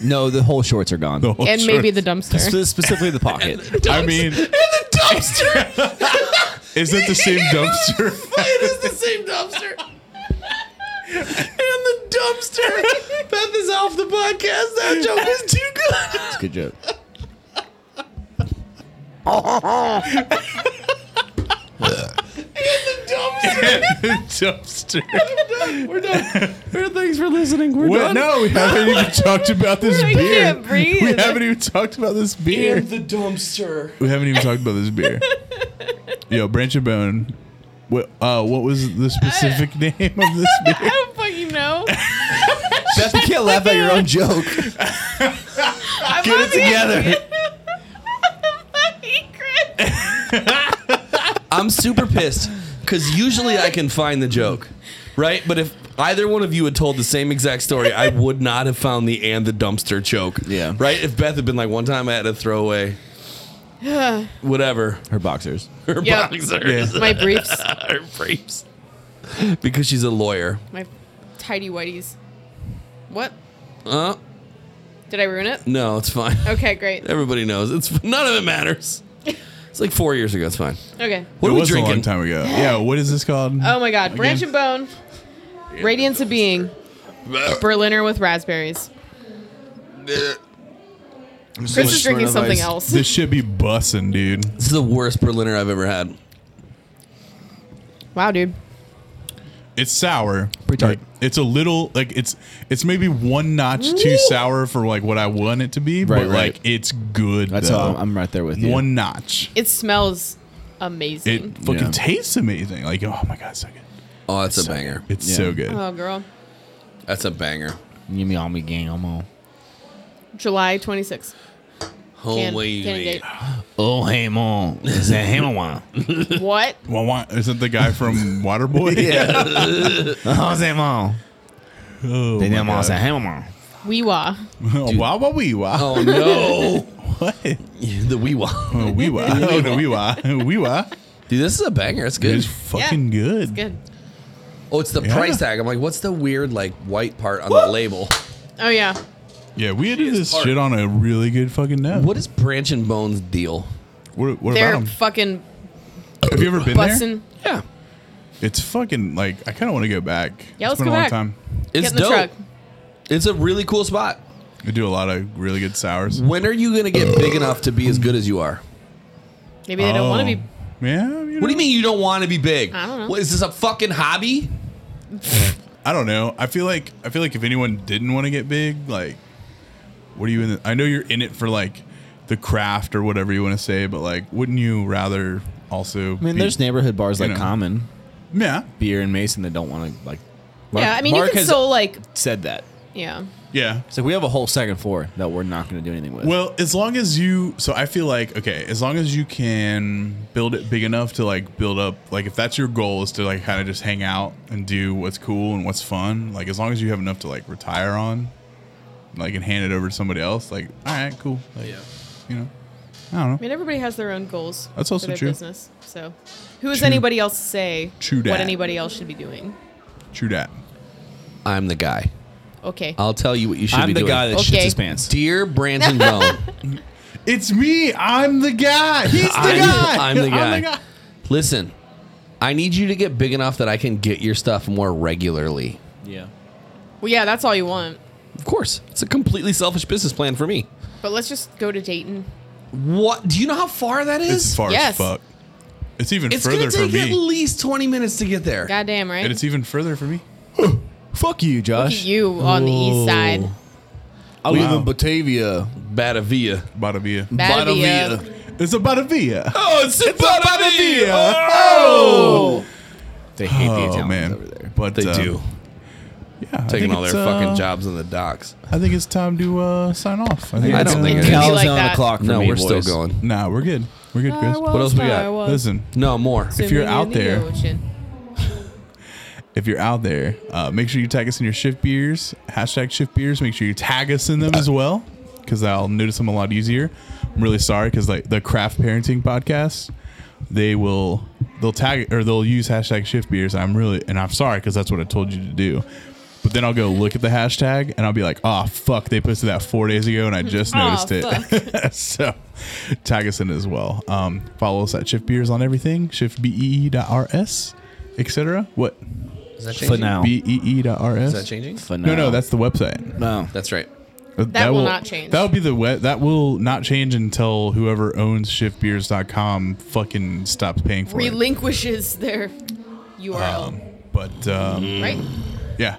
D: No, the whole shorts are gone.
A: The whole
C: and maybe
A: short-
C: the dumpster.
D: Spe- specifically the pocket.
A: I mean, is it the same dumpster?
B: it is the same dumpster. and the dumpster. Beth is off the podcast. That joke is too good.
D: It's a good joke.
A: dumpster.
B: We're done. Thanks for listening. We're
A: What? No, we haven't even talked about this
C: I
A: beer.
C: can't breathe.
A: We haven't even talked about this beer.
B: the dumpster.
A: We haven't even talked about this beer. Yo, Branch and Bone. What, uh, what was the specific name of this
C: I
A: beer?
C: don't fucking know.
D: Beth, you can't laugh at your own joke.
C: I'm
D: Get it together.
C: fucking Chris.
B: I'm super pissed because usually I can find the joke, right? But if either one of you had told the same exact story, I would not have found the and the dumpster joke.
D: Yeah.
B: Right? If Beth had been like, one time I had to throw away whatever
D: Her boxers.
B: her
C: Yep.
B: boxers,
C: My briefs.
B: her briefs, because she's a lawyer.
C: My tidy whities. What?
B: Uh,
C: Did I ruin it?
B: no, it's fine.
C: Okay, great.
B: Everybody knows. It's none of it matters. It's like four years ago. It's fine.
C: Okay.
B: What
A: it
B: are we
A: was a long
B: drinking?
A: time ago. Yeah, what is this called?
C: Oh my god. Branch and Bone. Radiance of Being. Berliner with raspberries. Chris is drinking something else.
A: This should be bussing, dude.
B: This is the worst Berliner I've ever had.
C: Wow, dude.
A: It's sour. Pretty tight. It's a little like it's it's maybe one notch too sour for like what I want it to be,
J: Right,
A: but
J: right.
A: like it's good.
J: That's
A: though.
J: how I'm- I'm right there with you.
A: One notch.
C: It smells amazing.
A: It fucking
J: Yeah.
A: tastes amazing. Like oh my god, so good.
B: Oh, that's a banger.
A: It's so good.
C: oh, girl.
B: That's a banger.
F: Yummy on me gang almost.
C: July 26th. Can-
B: Holy.
C: candy date.
F: Oh hey mom. Is that
J: Oh
F: him or what?
C: What?
A: Well, why, isn't the guy from Waterboy? yeah.
F: Oh is that mom?
A: oh,
F: They
A: my
F: them all
A: God.
F: say him or mom.
C: Weewa.
A: Wah wah wee wah.
B: Oh no.
A: What?
B: the wee wah.
A: Oh, wee wah. Oh, no, wee wah. Wee wah.
B: Dude, this is a banger. It's good.
A: It's fucking good.
C: It's good.
B: Oh, it's the
A: Yeah.
B: price tag. I'm like, what's the weird like white part on the label?
C: Oh, yeah.
A: Yeah, we did this
B: hard.
A: shit on a really good fucking note.
B: What is Branch and Bones deal?
A: What, what
C: They're
A: about them?
C: fucking
A: Have you ever been there?
C: busting.
B: Yeah,
A: It's fucking like I kind of want to go back.
C: Yeah,
A: it's
C: let's
A: been
C: go
A: a long
C: back.
A: time.
B: it's
C: Get in the
B: dope.
C: truck.
B: It's a really cool spot.
A: They do a lot of really good sours.
B: When are you gonna get big enough to be as good as you are?
C: Maybe they don't want to be.
A: Oh. Yeah.
B: What do you mean you don't want to be big?
C: I don't know.
B: What is this a fucking hobby?
A: I don't know. I feel like I feel like if anyone didn't want to get big, like, what are you in? The, I know you're in it for like the craft or whatever you want to say, but like, wouldn't you rather also?
J: I mean, there's neighborhood bars
A: you
J: like
A: know.
J: Common,
A: yeah,
J: Beer, and Mason that don't want to like.
A: Oh.
J: Mark-
C: yeah, I mean,
J: Mark
C: you can
J: has
C: still, like,
J: said that.
C: yeah.
A: yeah.
J: It's like we have a whole second floor that we're not going to do anything with.
A: Well, as long as you, so I feel like okay, as long as you can build it big enough to like build up, like if that's your goal is to like kind of just hang out and do what's cool and what's fun, like as long as you have enough to like retire on, like and hand it over to somebody else, like all right, cool,
B: Oh,
A: like, yeah, you know, I don't
C: I
A: know,
C: mean, everybody has their own goals.
A: That's also
C: for their
A: true.
C: Business, so, who is
A: True.
C: anybody else to say
A: True dat.
C: what anybody else should be doing?
A: true that.
B: I'm the guy.
C: Okay.
B: I'll tell you what you should
J: I'm
B: be
J: the
B: doing. Oh,
J: guy that
C: Okay.
J: shits his pants.
B: Dear Branch and Bone,
A: It's me. I'm the guy. He's the
B: I'm-
A: guy.
B: I'm the guy. listen, I need you to get big enough that I can get your stuff more regularly.
J: Yeah.
C: well, yeah, that's all you want.
B: Of course, it's a completely selfish business plan for me.
C: But let's just go to Dayton.
B: What? Do you know how far that is?
A: It's far
C: Yes.
A: as fuck. It's even
B: It's
A: further
B: gonna
A: for
B: take at
A: me.
B: least 20 minutes to get there.
C: Goddamn, right?
A: And it's even further for me.
J: Fuck you, Josh.
C: you on the east side.
J: I live
A: Wow.
J: in Batavia.
B: Batavia.
A: Batavia.
C: Batavia.
A: It's a Batavia.
B: Oh, it's, it's Batavia.
A: Oh.
J: They hate the
A: Oh,
J: Italians
A: man.
J: over there.
A: But
B: They
A: uh,
B: do.
A: Yeah, I
B: Taking
A: think
B: all
A: it's,
B: their fucking
A: uh,
B: jobs on the docks.
A: I think it's time to uh, sign off. I, think
B: I
A: it's,
B: don't
A: uh,
B: think it
C: Cal-
B: is.
C: be like that.
J: o'clock for
B: No,
J: me,
B: we're still
J: boys.
B: going.
A: Nah, we're good. We're good,
C: Uh,
A: Chris.
B: What else we got?
A: Listen,
B: No, more.
A: if you're out there-
C: Ocean.
A: if you're out there, uh, make sure you tag us in your shift beers. Hashtag shift beers. Make sure you tag us in them as well, because I'll notice them a lot easier. I'm really sorry because like the craft parenting podcast, they will they'll tag or they'll use hashtag shift beers. I'm really and I'm sorry because that's what I told you to do. But then I'll go look at the hashtag and I'll be like, oh fuck, they posted that four days ago and I just
C: Aw,
A: noticed it. so tag us in as well. Um, follow us at shift beers on everything, E shiftbee.rs, etc. What?
B: Is that
J: For now.
A: B E E dot R
B: Is that
A: S.
B: changing?
J: For
A: No, no, that's the website.
J: no.
B: That's right.
A: That,
C: will not change.
A: That will be the web. That will not change until whoever owns shiftbeers.com fucking stops paying for
C: Relinquishes their
A: it.
C: URL.
A: Um, but um,
C: right?
A: yeah,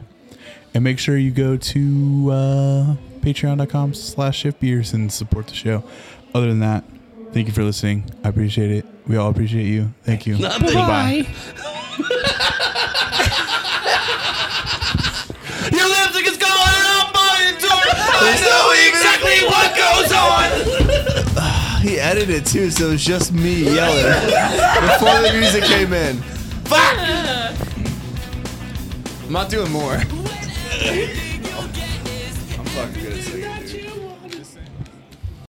A: and make sure you go to uh, patreon.com slash shiftbeers and support the show. Other than that, thank you for listening. I appreciate it. We all appreciate you. Thank you.
B: Nothing.
A: Bye.
B: Your lipstick is going on my I know exactly what goes on.
I: He edited it too, so it was just me yelling before the music came in. Fuck! I'm not doing more. I'm fucking good at singing, dude.